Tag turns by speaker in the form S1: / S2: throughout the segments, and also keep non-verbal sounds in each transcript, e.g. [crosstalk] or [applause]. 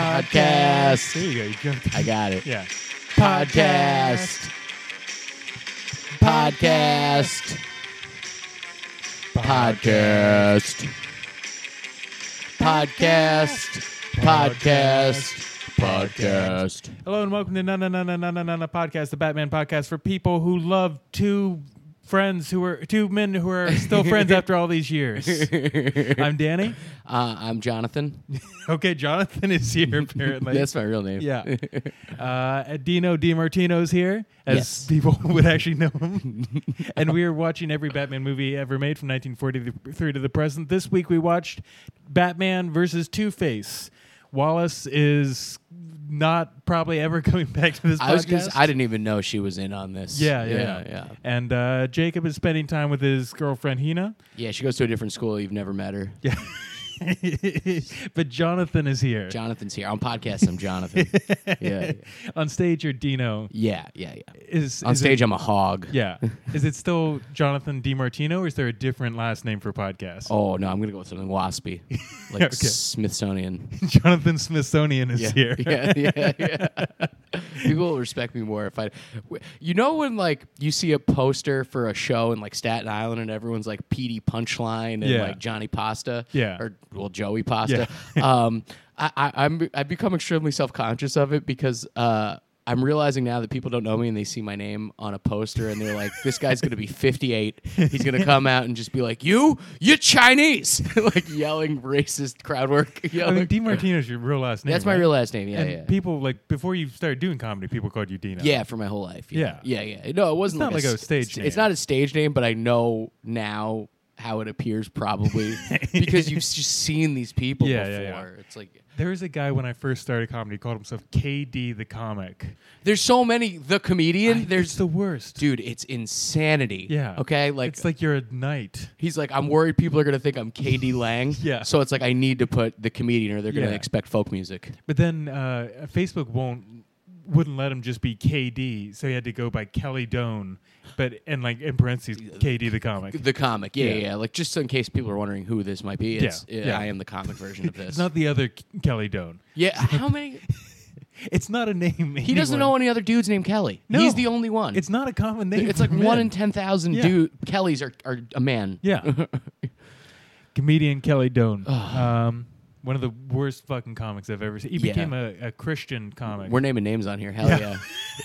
S1: Podcast.
S2: There you go. You jumped.
S1: I got it.
S2: Yeah.
S1: Podcast. Podcast. Podcast. Podcast. Podcast. Podcast.
S2: Hello and welcome to Na Na Na Na Na Na Na Na Podcast, the Batman podcast for people who love two friends who are two men who are still
S1: [laughs]
S2: friends after all these years. I'm Danny.
S1: Uh,
S2: [laughs]
S1: I'm Jonathan.
S2: Okay, Jonathan is here apparently.
S1: That's my real name.
S2: Yeah.
S1: [laughs]
S2: Uh, Dino DiMartino's here, as
S1: Yes.
S2: people [laughs] would actually know him. [laughs] and we are watching every Batman movie ever made from 1943 to the present. This week we watched Batman versus Two Face. Wallace is not probably ever [laughs] coming back to this
S1: I was
S2: podcast.
S1: just, I didn't even know she was in on this.
S2: yeah, yeah, yeah,
S1: yeah.
S2: And uh, Jacob is spending time with his girlfriend Hina.
S1: Yeah, she goes to a different school. You've never met her.
S2: Yeah. [laughs] but Jonathan is here.
S1: Jonathan's here. On podcast,
S2: [laughs]
S1: I'm Jonathan. yeah,
S2: On stage, you're Dino.
S1: yeah, yeah, yeah.
S2: Is
S1: On
S2: is it-
S1: stage, I'm a hog. [laughs]
S2: Yeah. Is it still Jonathan DiMartino or is there a different last name for podcast?
S1: Oh no, I'm gonna go with
S2: [laughs]
S1: something waspy, like
S2: Okay.
S1: Smithsonian.
S2: [laughs] Jonathan Smithsonian is
S1: Yeah,
S2: [laughs] here.
S1: [laughs] yeah, yeah, yeah.
S2: [laughs]
S1: People will respect me more if I. w- You know when like you see a poster for a show in like Staten Island and everyone's like Petey Punchline and
S2: Yeah.
S1: like Johnny Pasta,
S2: Yeah.
S1: or well Joey Pasta.
S2: [laughs]
S1: um, I, I, I'm I become extremely self conscious of it because. Uh, I'm realizing now that people don't know me and they see my name on a poster and they're like, this guy's going to be 58. He's going to come out and just be like, you, you Chinese, [laughs] like yelling racist crowd work. [laughs]
S2: I mean,
S1: yelling.
S2: DiMartino's your real last name.
S1: That's my
S2: right?
S1: real last name. Yeah,
S2: And
S1: yeah.
S2: people like before you started doing comedy, people called you Dino.
S1: Yeah, for my whole life. yeah, yeah. yeah. No, it wasn't
S2: It's not
S1: like,
S2: like a
S1: s-
S2: stage
S1: it's- It's
S2: name.
S1: not a stage name, but I know now how it
S2: [laughs]
S1: appears probably because you've just seen these people
S2: Yeah, yeah,
S1: before.
S2: yeah.
S1: It's like
S2: There was a guy when I first started comedy called himself KD the comic.
S1: there's so many. The comedian.
S2: it's
S1: there's
S2: the worst.
S1: dude. It's insanity.
S2: Yeah.
S1: Okay. Like.
S2: It's like you're a knight.
S1: He's like, I'm worried people are gonna think I'm KD Lang.
S2: [laughs] Yeah.
S1: So it's like I need to put the comedian, or they're gonna
S2: Yeah.
S1: expect folk music.
S2: But then uh, Facebook won't wouldn't let him just be KD, so he had to go by Kelly Doan, but and like in parentheses KD the comic.
S1: The comic, yeah,
S2: Yeah.
S1: yeah, yeah. Like just in case people are wondering who this might be, it's,
S2: Yeah,
S1: uh,
S2: yeah.
S1: I am the comic version of
S2: [laughs]
S1: this.
S2: It's not the other K- Kelly Doan.
S1: yeah, how many?
S2: It's not a name.
S1: He doesn't know any other dudes named Kelly.
S2: No.
S1: He's the only one.
S2: It's not a common name.
S1: It's like
S2: for
S1: one
S2: men.
S1: in ten thousand
S2: Yeah.
S1: dude Kellys are, are a man.
S2: Yeah. Comedian Kelly Doan. um, one of the worst fucking comics I've ever seen. He
S1: Yeah.
S2: became a, a Christian comic.
S1: [laughs] We're naming names on here. Hell yeah. Yeah.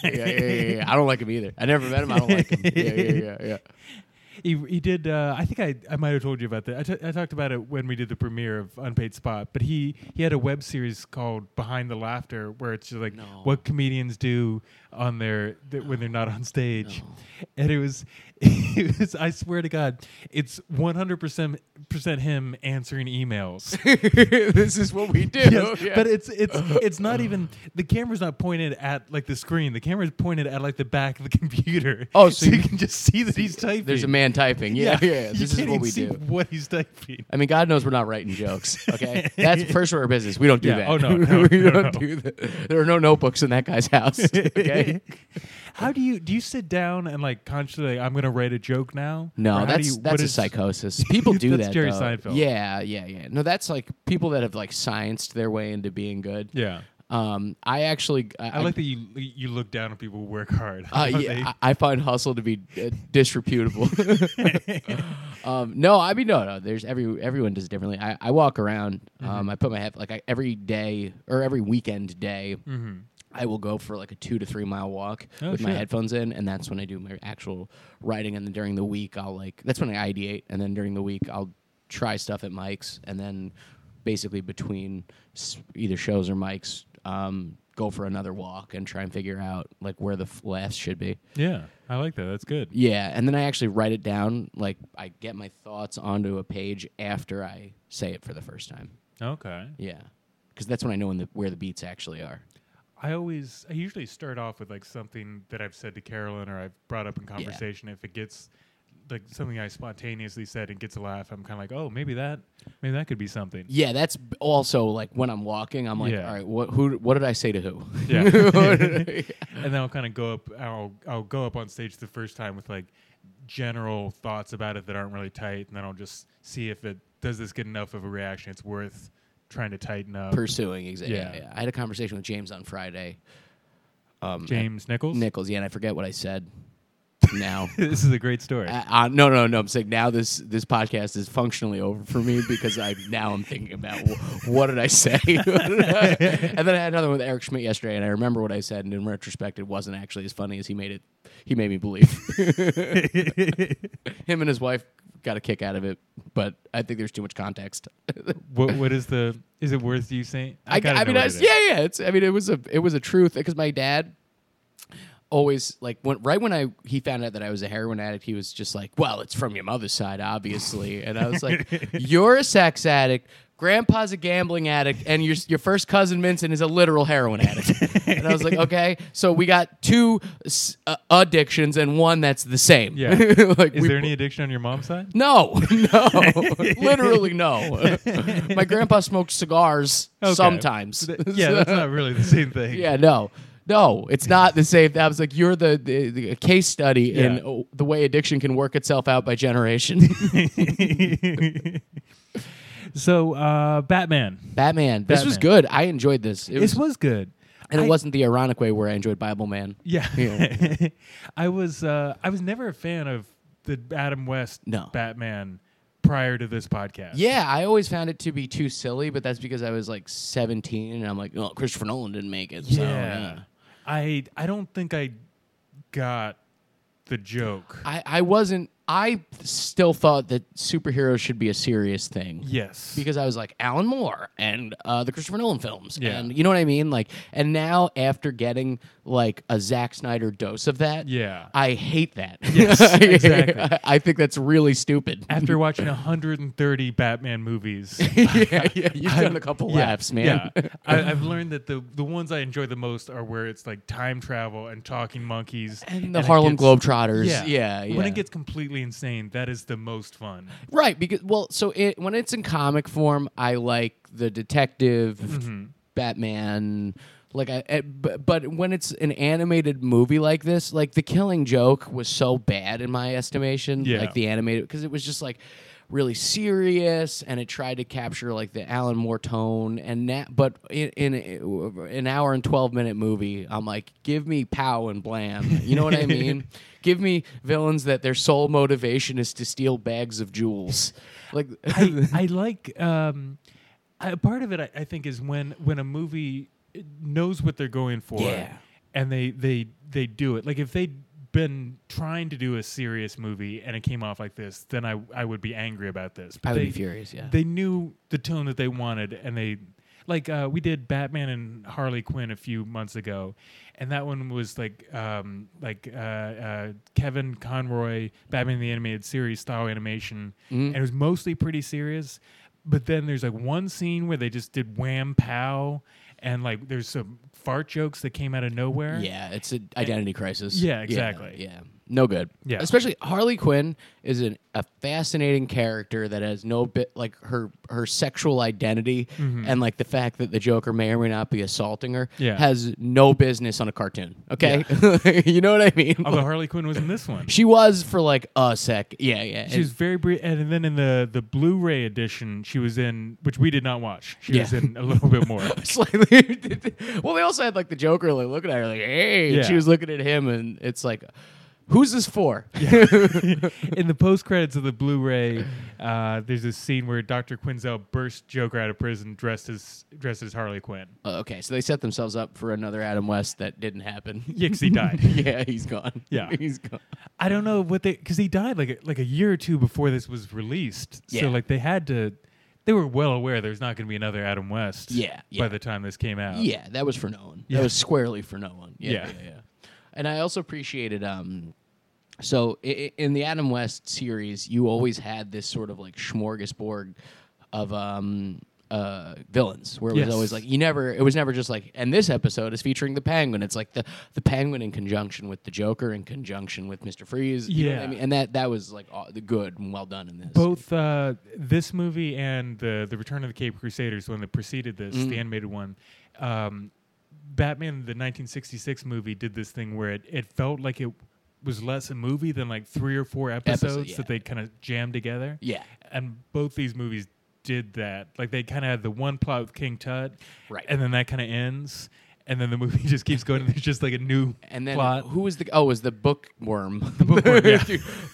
S1: yeah, yeah, yeah, yeah. I don't like him either. I never met him. I don't like him. Yeah, yeah, yeah, yeah.
S2: he, he did. Uh, I think I, I might have told you about that. I, t- I talked about it when we did the premiere of Unpaid Spot. But he he had a web series called Behind the Laughter, where it's just like
S1: No.
S2: what comedians do on their th- when they're not on stage, and it was [laughs] it was. I swear to God, it's one hundred percent percent him answering emails. [laughs]
S1: [laughs] this is what we do.
S2: Yes,
S1: Yeah.
S2: but it's it's it's
S1: [sighs]
S2: not even the camera's not pointed at like the screen. The camera's pointed at like the back of the [laughs] computer.
S1: Oh, so
S2: you,
S1: you-
S2: can just see that he's typing.
S1: there's a man typing. Yeah, yeah.
S2: [laughs] You
S1: This is
S2: can't
S1: what
S2: even
S1: we
S2: see
S1: do.
S2: What he's typing.
S1: I mean, God knows we're not writing jokes.
S2: [laughs]
S1: Okay, that's first order of business. We don't do
S2: Yeah.
S1: that.
S2: Oh,
S1: [laughs]
S2: no, no,
S1: we
S2: no,
S1: don't
S2: no.
S1: do that. There are no notebooks in that
S2: [laughs]
S1: guy's house. [laughs] Okay.
S2: How do you do? You sit down and like consciously, I'm gonna write a joke now. Or
S1: No,
S2: how do
S1: that's
S2: you- what
S1: that's a
S2: is-
S1: psychosis.
S2: [laughs]
S1: People do
S2: That's
S1: that.
S2: Jerry
S1: though.
S2: Seinfeld.
S1: Yeah, yeah, yeah. No, that's like people that have like scienced their way into being good.
S2: Yeah,
S1: Um, I actually, I,
S2: I like that you you look down on people who work hard.
S1: Uh,
S2: How
S1: yeah, I, I find hustle to be uh,
S2: [laughs]
S1: disreputable. um, no, I mean no, no. There's every everyone does it differently. I, I walk around.
S2: Mm-hmm.
S1: Um, I put my head like I, every day or every weekend day. I will go for like a two to three mile walk
S2: Mm-hmm. Oh,
S1: with my
S2: shit.
S1: headphones in, and that's when I do my actual writing. And then during the week, I'll like that's when I ideate, and then during the week, I'll try stuff at mics, and then basically between s- either shows or mics, um, go for another walk and try and figure out like where the f- laughs should be.
S2: they- yeah, I like that. That's good.
S1: Yeah, and then I actually write it down. Like I get my thoughts onto a page after I say it for the first time.
S2: Okay.
S1: Yeah, because that's when I know when the, where the beats actually are.
S2: I always, I usually start off with like something that I've said to Carolyn or I've brought up in conversation. If it gets like something I spontaneously said and gets a laugh, I'm kind of like, oh, maybe that, maybe that could be something.
S1: Yeah, that's b- also like when I'm walking, I'm like,
S2: Yeah.
S1: all right, what who what did I say to who? [laughs]
S2: [laughs] Yeah. and then I'll kind of go up. I'll I'll go up on stage the first time with like general thoughts about it that aren't really tight, and then I'll just see if it does this get enough of a reaction. It's worth trying to tighten up.
S1: pursuing. Exactly. Yeah.
S2: Yeah.
S1: yeah. I had a conversation with James on Friday. Um,
S2: James Nichols.
S1: Nichols. Yeah, and I forget what I said. Now.
S2: [laughs] this is a great story.
S1: Uh, uh, no, no, no. I'm saying now this this podcast is functionally over for me because I now I'm thinking about wh- what did I say, [laughs] and then I had another one with Eric Schmidt yesterday, and I remember what I said, and in retrospect, it wasn't actually as funny as he made it. He made me believe. Him and his wife got a kick out of it, but I think there's too much context.
S2: what what is the is it worth you saying?
S1: I,
S2: gotta
S1: I mean,
S2: know
S1: I,
S2: what it is.
S1: yeah, yeah. It's I mean, it was a it was a truth because my dad always like when right when I he found out that I was a heroin addict, he was just like, "Well, it's from your mother's side, obviously." And I was
S2: [laughs]
S1: like, "You're a sex addict." Grandpa's a gambling addict, and your your first cousin Vincent is a literal heroin addict. and I was like, okay, so we got two s- uh, addictions and one that's the same.
S2: Yeah.
S1: [laughs] like
S2: Is
S1: we-
S2: there any addiction on your mom's side?
S1: no, [laughs] no, literally
S2: [laughs]
S1: no. My grandpa smoked cigars
S2: Okay.
S1: sometimes. [laughs]
S2: Th- yeah, that's not really the same thing.
S1: yeah, no, no, it's not the same. I was like, you're the, the, the case study in
S2: Yeah.
S1: oh, the way addiction can work itself out
S2: [laughs]
S1: by generation. [laughs]
S2: so uh, Batman.
S1: Batman, this was
S2: Batman.
S1: good. I enjoyed this. It was,
S2: this was good.
S1: and it
S2: I-
S1: wasn't the ironic way where I enjoyed Bible Man.
S2: Yeah.
S1: Yeah.
S2: [laughs] I was uh, I was never a fan of the Adam West
S1: No.
S2: Batman prior to this podcast.
S1: Yeah, I always found it to be too silly, but that's because I was like 17 and I'm like, oh, Christopher Nolan didn't make it. So, yeah.
S2: I I don't think I got the joke.
S1: I, I wasn't I still thought that superheroes should be a serious thing.
S2: yes.
S1: Because I was like Alan Moore and uh, the Christopher Nolan films,
S2: Yeah.
S1: and you know what I mean. Like, and now after getting like a Zack Snyder dose of that,
S2: yeah.
S1: I hate that.
S2: [laughs] Yes, exactly.
S1: I, [laughs] I think that's really stupid.
S2: After watching 130 Batman
S1: [laughs]
S2: movies,
S1: yeah, yeah, you've
S2: I've-
S1: done a couple
S2: [laughs] yeah,
S1: laughs, man.
S2: Yeah. [laughs] I, I've learned that the the ones I enjoy the most are where it's like time travel and talking monkeys
S1: [laughs] And the
S2: it
S1: Harlem
S2: gets-
S1: Globetrotters, yeah, yeah,
S2: When it gets completely insane, that is the most [laughs] fun.
S1: Right, because well, so it when it's in comic form, I like the detective, Batman, like I, I- bu- but when it's an animated movie like this, like The Killing Joke was so bad in my estimation,
S2: Yeah.
S1: like the animated because it was just like really serious and it tried to capture like the Alan Moore tone and that but in, in an hour and 12 minute movie I'm like give me pow and blam you know what I mean give me villains that their sole motivation is to steal bags of jewels like
S2: I, I like um, I, a part of it. I, I think is when when a movie knows what they're going for,
S1: Yeah.
S2: and they they they do it. Like if they'd been trying to do a serious movie and it came off like this, then I I would be angry about this. But
S1: [laughs] I would
S2: they,
S1: be furious yeah
S2: They knew the tone that they wanted, and they like uh, we did Batman and Harley Quinn a few months ago, and that one was like um, like uh, uh, Kevin Conroy Batman the Animated Series style animation,
S1: Mm-hmm.
S2: and it was mostly pretty serious. But then there's like one scene where they just did wham pow, and like there's some fart jokes that came out of nowhere.
S1: Yeah, it's an identity crisis.
S2: Yeah, exactly.
S1: Yeah, no good.
S2: Yeah.
S1: especially Harley Quinn is an, a fascinating character that has no bit like her her sexual identity and like the fact that the Joker may or may not be assaulting her
S2: Mm-hmm. Yeah.
S1: has no business on a cartoon. Okay, [laughs] you know what I mean.
S2: Although Harley Quinn was in this
S1: [laughs]
S2: one.
S1: she was for like a sec. Yeah, yeah.
S2: She was very brief, and then in the the Blu-ray edition, she was in, which we did not watch. She was
S1: Yeah.
S2: in a little bit
S1: [laughs]
S2: more.
S1: slightly. [laughs] well, they also had like the Joker like looking at her like, hey, and
S2: Yeah.
S1: she was looking at him, and it's like, who's this for?
S2: in the post credits of the Blu-ray, uh, there's this scene where Dr. Quinzel bursts Joker out of prison dressed as dressed as Harley Quinn.
S1: Uh, okay, so they set themselves up for another Adam West that didn't happen.
S2: Yeah, 'cause he died.
S1: [laughs] yeah, he's gone.
S2: Yeah.
S1: [laughs] he's gone.
S2: I don't know what they because he died like a, like a year or two before this was released.
S1: Yeah.
S2: So like they had to, they were well aware there's not going to be another Adam West.
S1: Yeah, yeah.
S2: By the time this came out.
S1: Yeah, that was for Nolan.
S2: Yeah.
S1: That was squarely for Nolan. Yeah, yeah,
S2: Yeah.
S1: yeah. And I also appreciated. um So i- i- in the Adam West series, you always had this sort of like smorgasbord of um uh villains, where it was
S2: Yes.
S1: always like you never. It was never just like, and this episode is featuring the Penguin. It's like the the Penguin in conjunction with the Joker in conjunction with Mister Freeze. You know what I
S2: Yeah.
S1: mean, and that that was like aw- the good and well done in this.
S2: both uh, this movie and the the Return of the Cape Crusaders, the one that preceded this,
S1: Mm.
S2: the animated one. Um, Batman, the 1966 movie, did this thing where it, it felt like it was less a movie than like three or four episodes
S1: yeah.
S2: that they kind of jammed together.
S1: Yeah.
S2: And both these movies did that. Like they kind of had the one plot with King Tut,
S1: Right.
S2: And then that kind of ends, and then the movie [laughs] just keeps going. And there's just like a new
S1: And then
S2: plot.
S1: who was the oh it was the bookworm? The [laughs] bookworm.
S2: yeah.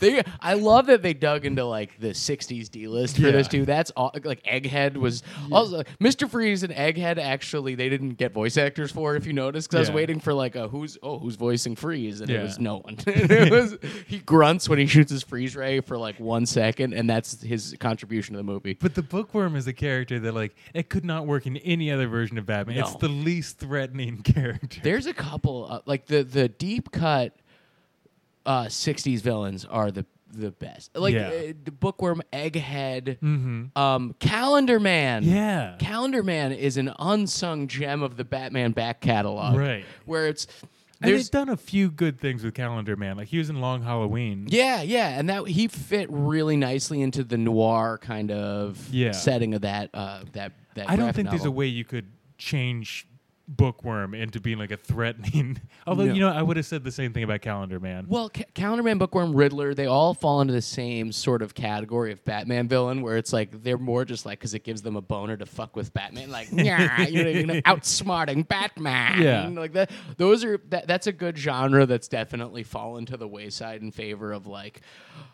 S1: they, I love that they dug into like the '60s D list for
S2: Yeah.
S1: this too. That's all, like Egghead was also Mr. Freeze and Egghead. Actually, they didn't get voice actors for it, if you notice. Because I was
S2: Yeah.
S1: waiting for like a who's oh who's voicing Freeze, and it
S2: Yeah.
S1: was
S2: [laughs]
S1: no one. [laughs] it was he grunts when he shoots his freeze ray for like one second, and that's his contribution to the movie.
S2: But the bookworm is a character that like it could not work in any other version of Batman. It's
S1: No.
S2: the least threatening [laughs] character.
S1: There's a couple uh, like the the deep cut uh 60s villains are the the best. Like
S2: Yeah. Mm-hmm.
S1: uh, the Bookworm, Egghead, um Calendar Man.
S2: Yeah.
S1: Calendar Man is an unsung gem of the Batman back catalog.
S2: Right.
S1: Where it's
S2: And
S1: there's
S2: they've done a few good things with Calendar Man. Like he was in Long Halloween.
S1: yeah, yeah, and that he fit really nicely into the noir kind of
S2: Yeah.
S1: setting of that uh that that
S2: I don't
S1: graphic
S2: think there's a
S1: novel.
S2: way you could change Bookworm into being like a threatening. [laughs] Although
S1: No.
S2: you know, I would have said the same thing about Calendar Man.
S1: Well, Ca- Counterman, Bookworm, Riddler, they all fall into the same sort of category of Batman villain where it's like they're more just like because it gives them a boner to fuck with Batman. Like, [laughs] yeah, you know,
S2: [laughs]
S1: you know, outsmarting Batman.
S2: Yeah.
S1: Like that. Those are, that, that's a good genre that's definitely fallen to the wayside in favor of like,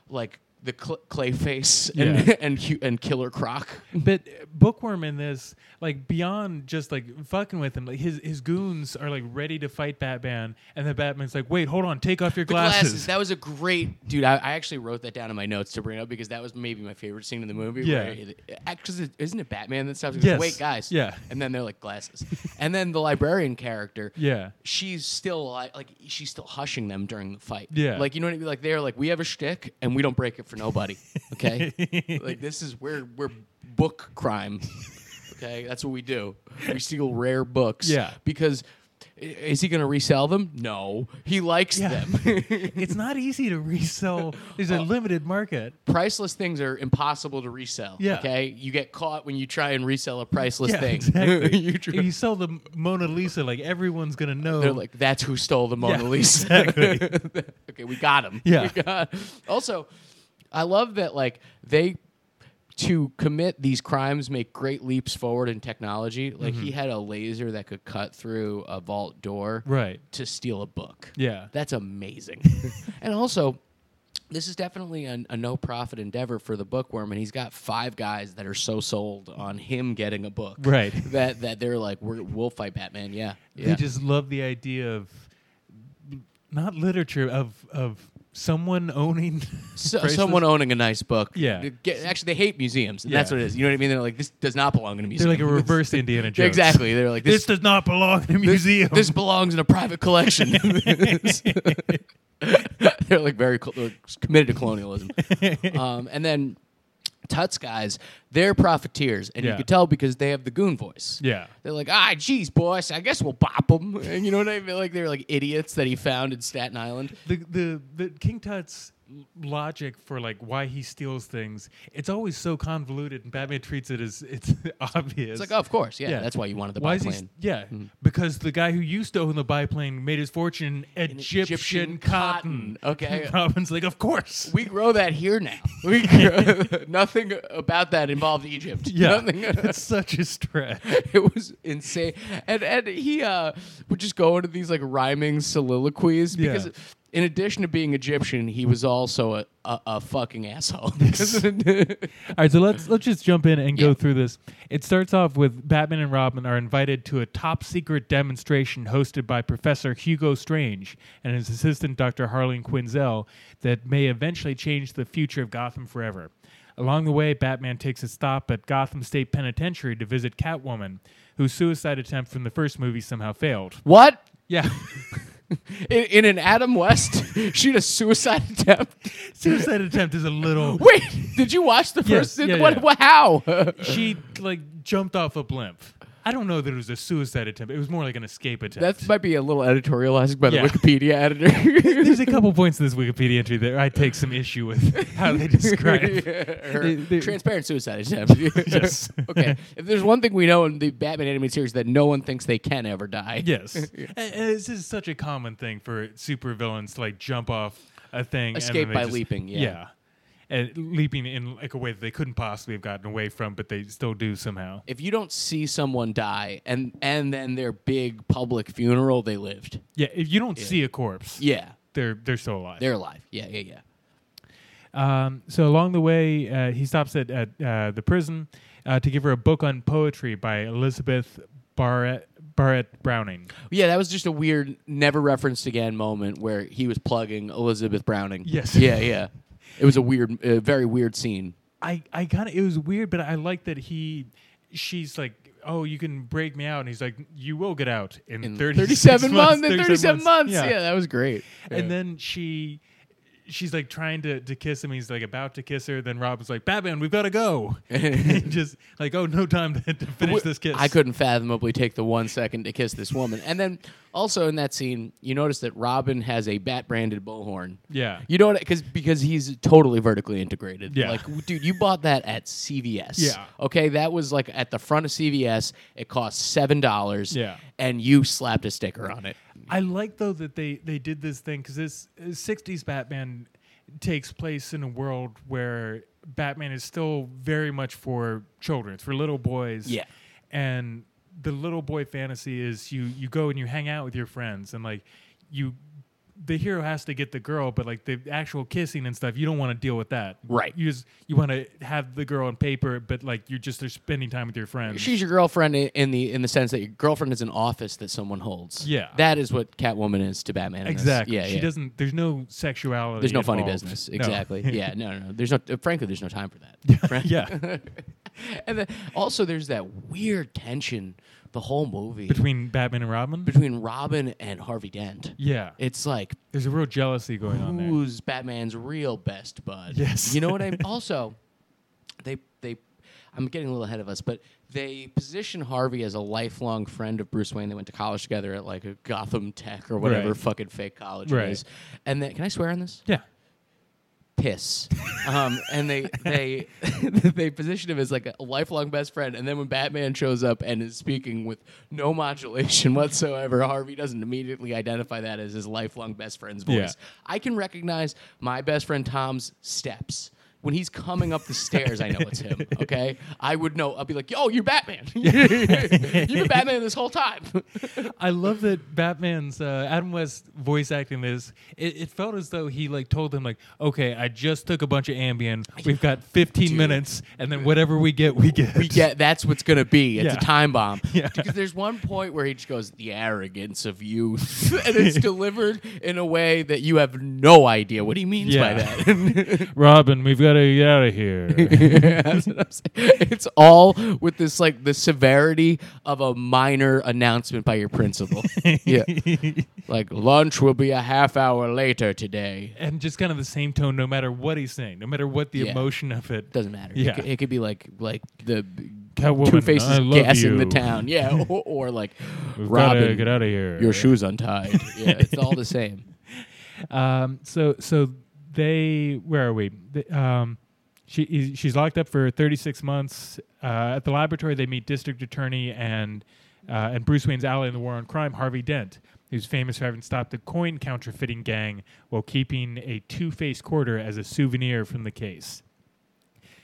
S1: like, the cl- Clayface and
S2: Yeah.
S1: [laughs] and, Hu- and Killer Croc.
S2: But Bookworm in this, like beyond just like fucking with him, like his his goons are like ready to fight Batman, and then Batman's like, "Wait, hold on, take off your
S1: The
S2: glasses."
S1: That was a great dude. I, I actually wrote that down in my notes to bring up because that was maybe my favorite scene in the movie.
S2: Yeah.
S1: where it- actually, isn't it Batman that stops? and
S2: Yes.
S1: Goes, Wait, guys.
S2: Yeah.
S1: And then they're like glasses, and then the librarian character.
S2: [laughs] Yeah.
S1: She's still like, like she's still hushing them during the fight.
S2: Yeah.
S1: Like you know what I mean? Like they're like we have a shtick and we don't break it
S2: [laughs]
S1: for nobody. Okay. like this is where we're book crime. Okay, that's what we do. We steal rare books.
S2: Yeah.
S1: Because. i- Is he going to resell them? No. He likes
S2: Yeah.
S1: them. [laughs]
S2: it's not easy to resell. There's a limited market.
S1: priceless things are impossible to resell.
S2: Yeah.
S1: Okay. You get caught when you try and resell a priceless thing. [laughs]
S2: exactly.
S1: you try-
S2: if you sell the Mona Lisa, like everyone's gonna know.
S1: They're like, that's who stole the Mona
S2: Oh. Yeah,
S1: Lisa. [laughs] okay, we got him.
S2: Yeah.
S1: We got- also, I love that like they to commit these crimes make great leaps forward in technology. Like he had a laser that could cut through a vault door
S2: Mm-hmm. right.
S1: to steal a book.
S2: Yeah. [laughs]
S1: That's amazing. and also, this is definitely a, a no profit endeavor for the bookworm, and he's got five guys that are so sold on him getting a book,
S2: Right.
S1: That that they're like, We're, we'll fight Batman, yeah, yeah.
S2: They just love the idea of not literature of of someone owning [laughs]
S1: So,
S2: priceless-
S1: someone owning a nice book,
S2: Yeah.
S1: They get- actually, they hate museums, and that's
S2: Yeah.
S1: what it is. You know what I mean? They're like, this does not belong in a
S2: They're
S1: museum. [laughs]
S2: like a reverse Indiana Jones.
S1: exactly. They're like,
S2: This
S1: this,
S2: does not belong in a museum.
S1: this belongs in a
S2: [laughs]
S1: private collection. [laughs] they're like very col- they're committed to colonialism. Um, and then Tut's guys, they're profiteers, and you
S2: Yeah.
S1: can tell because they have the goon voice.
S2: yeah.
S1: They're like, ah, geez, boss, I guess we'll bop them. [laughs] And you know what I mean? Like they're like idiots that he found in Staten Island.
S2: The the the King Tut's l- logic for like why he steals things, it's always so convoluted and Batman treats it as it's [laughs] obvious.
S1: It's like, oh, of course, yeah,
S2: Yeah.
S1: that's why you wanted the
S2: why is he?
S1: biplane. Hmm.
S2: s- Yeah, because the guy who used to own the biplane made his fortune in Egyptian,
S1: Egyptian
S2: cotton. [laughs]
S1: cotton. Okay.
S2: And Robin's like, of course.
S1: we grow that here now. [laughs] We grow, nothing about that involved Egypt.
S2: Yeah, [laughs]
S1: Nothing, [laughs]
S2: it's such a stretch.
S1: it was insane. And and he uh, would just go into these like rhyming soliloquies because.
S2: Yeah.
S1: In addition to being Egyptian, he was also a, a, a fucking
S2: [laughs]
S1: asshole. [laughs]
S2: All right, so let's let's just jump in and go
S1: Yeah.
S2: through this. It starts off with Batman and Robin are invited to a top secret demonstration hosted by Professor Hugo Strange and his assistant Dr. Harlan Quinzel that may eventually change the future of Gotham forever. Along the way, Batman takes a stop at Gotham State Penitentiary to visit Catwoman, whose suicide attempt from the first movie somehow failed.
S1: what?
S2: Yeah,
S1: In, in an Adam West, [laughs] she had a suicide attempt.
S2: [laughs] suicide attempt is a little.
S1: Wait, did you watch the
S2: Yes,
S1: first?
S2: yeah,
S1: what,
S2: yeah.
S1: what- How?
S2: She like jumped off a blimp. I don't know that it was a suicide attempt. It was more like an escape attempt.
S1: that might be a little editorializing by the
S2: Yeah.
S1: Wikipedia [laughs] editor.
S2: There's a couple points in this Wikipedia entry that I take some issue with [laughs] how they
S1: [laughs]
S2: describe.
S1: Her
S2: They- they-
S1: transparent suicide [laughs] attempt.
S2: [laughs] Yes.
S1: okay. If there's one thing we know in the Batman animated series that no one thinks they can ever die.
S2: Yes, and, and this is such a common thing for supervillains to like jump off a thing, and then
S1: Escape
S2: they
S1: by
S2: just-
S1: leaping, yeah.
S2: and leaping in like a way that they couldn't possibly have gotten away from, but they still do somehow.
S1: If you don't see someone die and and then their big public funeral, they lived.
S2: Yeah, if you don't see a corpse,
S1: Yeah,
S2: they're they're still alive.
S1: they're alive. Yeah, yeah, yeah.
S2: Um, so along the way, uh, he stops at, at uh, the prison uh, to give her a book on poetry by Elizabeth Barrett, Barrett Browning.
S1: Yeah, that was just a weird, never referenced again moment where he was plugging Elizabeth Browning.
S2: Yes.
S1: Yeah, yeah. It was a weird, uh, very weird scene.
S2: I, I kind of it was weird, but I like that he, she's like, oh, you can break me out, and he's like, you will get out in,
S1: In
S2: 36
S1: 37 months, in
S2: 37
S1: 37 months. Yeah. that was great.
S2: And then she she's like trying to, to kiss him. He's like about to kiss her. Then Robin's like, Batman, we've got to go. [laughs] and just like, oh, no time to, to finish this kiss.
S1: I couldn't fathomably take the one second to kiss this woman. And then also in that scene, you notice that Robin has a bat branded bullhorn.
S2: Yeah.
S1: You know what? Because because he's totally vertically integrated.
S2: Yeah.
S1: Like, dude, you bought that at CVS.
S2: Yeah.
S1: Okay, that was like at the front of CVS. It cost seven dollars.
S2: Yeah.
S1: And you slapped a sticker on it.
S2: I like though that they they did this thing because this uh, '60s Batman takes place in a world where Batman is still very much for children, it's for little boys.
S1: Yeah.
S2: and the little boy fantasy is you you go and you hang out with your friends and like you. The hero has to get the girl, but like the actual kissing and stuff, you don't want to deal with that.
S1: Right.
S2: You just you want to have the girl on paper, but like you're just there spending time with your friends.
S1: She's your girlfriend i- in the in the sense that your girlfriend is an office that someone holds.
S2: Yeah.
S1: That is what Catwoman is to Batman. in this.
S2: exactly.
S1: Yeah.
S2: She
S1: yeah.
S2: doesn't. There's no sexuality.
S1: There's no funny
S2: involved.
S1: business.
S2: No.
S1: Exactly.
S2: [laughs]
S1: yeah. No, no, no. There's no. uh, Frankly, there's no time for that. Fran- [laughs]
S2: Yeah.
S1: and then also there's that weird tension the whole movie
S2: between Batman and Robin.
S1: between Robin and Harvey Dent.
S2: yeah,
S1: It's like
S2: there's a real jealousy going on there.
S1: who's Batman's real best bud.
S2: Yes.
S1: You
S2: [laughs]
S1: know what I mean? also, they they I'm getting a little ahead of us, but they position Harvey as a lifelong friend of Bruce Wayne. They went to college together at like a Gotham Tech or whatever
S2: Right.
S1: fucking fake college
S2: Right.
S1: it is. And then can I swear on this?
S2: Yeah,
S1: piss. Um, and they they [laughs] they position him as like a lifelong best friend. And then when Batman shows up and is speaking with no [laughs] modulation whatsoever, Harvey doesn't immediately identify that as his lifelong best friend's voice.
S2: Yeah.
S1: I can recognize my best friend Tom's steps. When he's coming up the stairs, I know it's him. Okay, I would know. I'll be like, "Yo, you're Batman. [laughs] You've been Batman this whole time."
S2: I love that Batman's uh, Adam West voice acting this. It, it felt as though he like told them like, okay, I just took a bunch of Ambien. We've got 15 minutes, and then whatever we get, we get.
S1: we get that's what's gonna be. It's
S2: Yeah.
S1: a time bomb.
S2: [laughs] Yeah.
S1: Because there's one point where he just goes, "The arrogance of youth," [laughs]
S2: [laughs]
S1: and it's delivered in a way that you have no idea what he means by
S2: [laughs] Yeah.
S1: that. [laughs]
S2: [laughs] Robin, we've got to get out of here.
S1: That's what I'm saying. It's all with this like the severity of a minor announcement by
S2: [laughs]
S1: your principal. yeah, like lunch will be a half hour later today.
S2: and just kind of the same tone, no matter what he's saying, no matter what the
S1: Yeah.
S2: emotion of it.
S1: Doesn't matter. It
S2: Yeah.
S1: c- It, could be like like the
S2: Catwoman,
S1: two faces
S2: I love
S1: gassing the
S2: you. [laughs]
S1: town. Yeah, or, or like
S2: We've
S1: Robin.
S2: gotta get out of here.
S1: your shoes untied. [laughs] yeah, it's all
S2: [laughs]
S1: the same.
S2: Um, so so they where are we? The- um, she is- she's locked up for 36 months. Uh, at the laboratory, they meet District Attorney and uh, and Bruce Wayne's ally in the war on crime, Harvey Dent, who's famous for having stopped a coin counterfeiting gang while keeping a two-faced quarter as a souvenir from the case.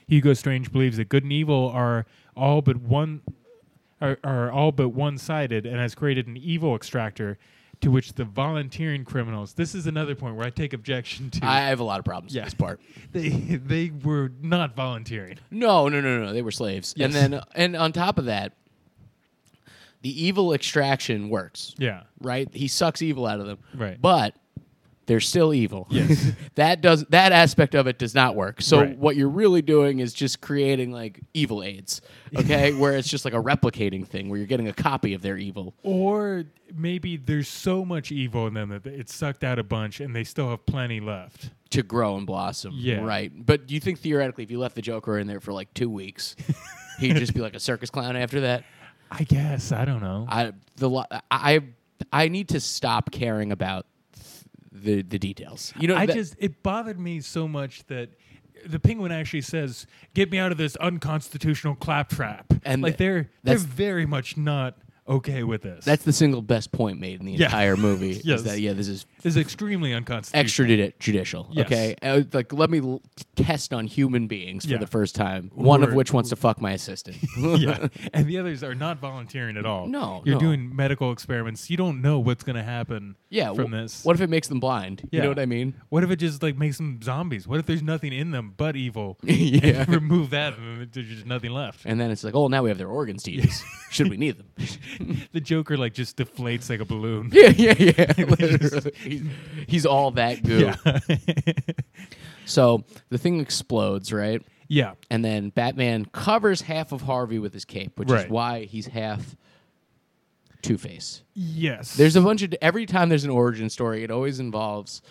S2: Hugo Strange believes that good and evil are all but one are, are all but one-sided and has created an evil extractor to which the volunteering criminals this is another point where I take objection to
S1: I have a lot of problems
S2: Yeah.
S1: with this part.
S2: [laughs] they they were not volunteering.
S1: No, no, no, no. They were slaves.
S2: Yes.
S1: And then and on top of that, the evil extraction works.
S2: Yeah.
S1: Right? He sucks evil out of them.
S2: Right.
S1: But they're still evil.
S2: Yes.
S1: [laughs] that does that aspect of it does not work. So
S2: Right.
S1: what you're really doing is just creating like evil aids.
S2: [laughs]
S1: Okay? where it's just like a replicating thing where you're getting a copy of their evil.
S2: Or maybe there's so much evil in them that it sucked out a bunch and they still have plenty left.
S1: to grow and blossom.
S2: Yeah.
S1: Right. But do you think theoretically, if you left the Joker in there for like two
S2: [laughs]
S1: weeks, he'd just be like a circus clown after that?
S2: I guess, I don't know.
S1: I the lo- I I need to stop caring about the the details. You know,
S2: I
S1: that-
S2: just it bothered me so much that the penguin actually says, "Get me out of this unconstitutional claptrap."
S1: And
S2: like they're they're
S1: that's-
S2: very much not okay with this.
S1: That's the single best point made in the
S2: Yeah.
S1: entire movie.
S2: [laughs] Yes.
S1: Is that yeah, this is
S2: This is extremely unconstitutional.
S1: extrajudicial.
S2: Yes.
S1: Okay, Uh, like let me l- test on human beings for
S2: Yeah.
S1: the first time. One of
S2: We're-
S1: which wants to fuck my assistant.
S2: [laughs]
S1: [laughs]
S2: yeah, and the others are not volunteering at all.
S1: No,
S2: you're
S1: no.
S2: doing medical experiments. You don't know what's going to happen.
S1: yeah.
S2: from
S1: wh-
S2: this.
S1: What if it makes them blind? You
S2: Yeah.
S1: know what I mean?
S2: What if it just like makes them zombies? What if there's nothing in them but evil?
S1: [laughs] Yeah.
S2: [laughs] remove that, and there's just nothing
S1: [laughs]
S2: left.
S1: And then it's like, oh, now we have their organs to [laughs] use. Should we need them?
S2: The Joker like just deflates like a
S1: [laughs]
S2: balloon.
S1: yeah, yeah, yeah. Literally. [laughs] he's, he's all that goo. So the thing explodes, right?
S2: [laughs] yeah,
S1: And then Batman covers half of Harvey with his cape, which
S2: Right.
S1: is why he's half Two Face.
S2: yes.
S1: There's a bunch of every time there's an origin story, it always involves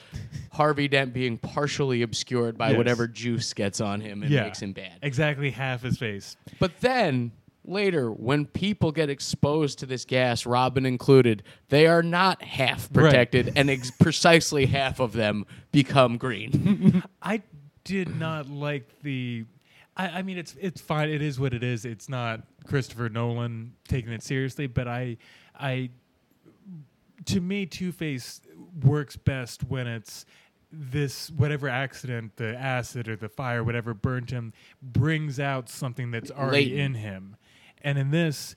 S1: Harvey Dent being partially obscured by
S2: Yes.
S1: whatever juice gets on him and
S2: yeah.
S1: makes him bad.
S2: Exactly half his face.
S1: But then later, when people get exposed to this gas, Robin included, they are not half protected, and ex- precisely half of them
S2: [laughs]
S1: become green.
S2: I did not like the. I, I mean, it's it's fine. It is what it is. It's not Christopher Nolan taking it seriously, but I, I, to me, Two Face works best when it's this whatever accident, the acid or the fire, whatever burned him, brings out something that's already
S1: Latent.
S2: in him, and in this,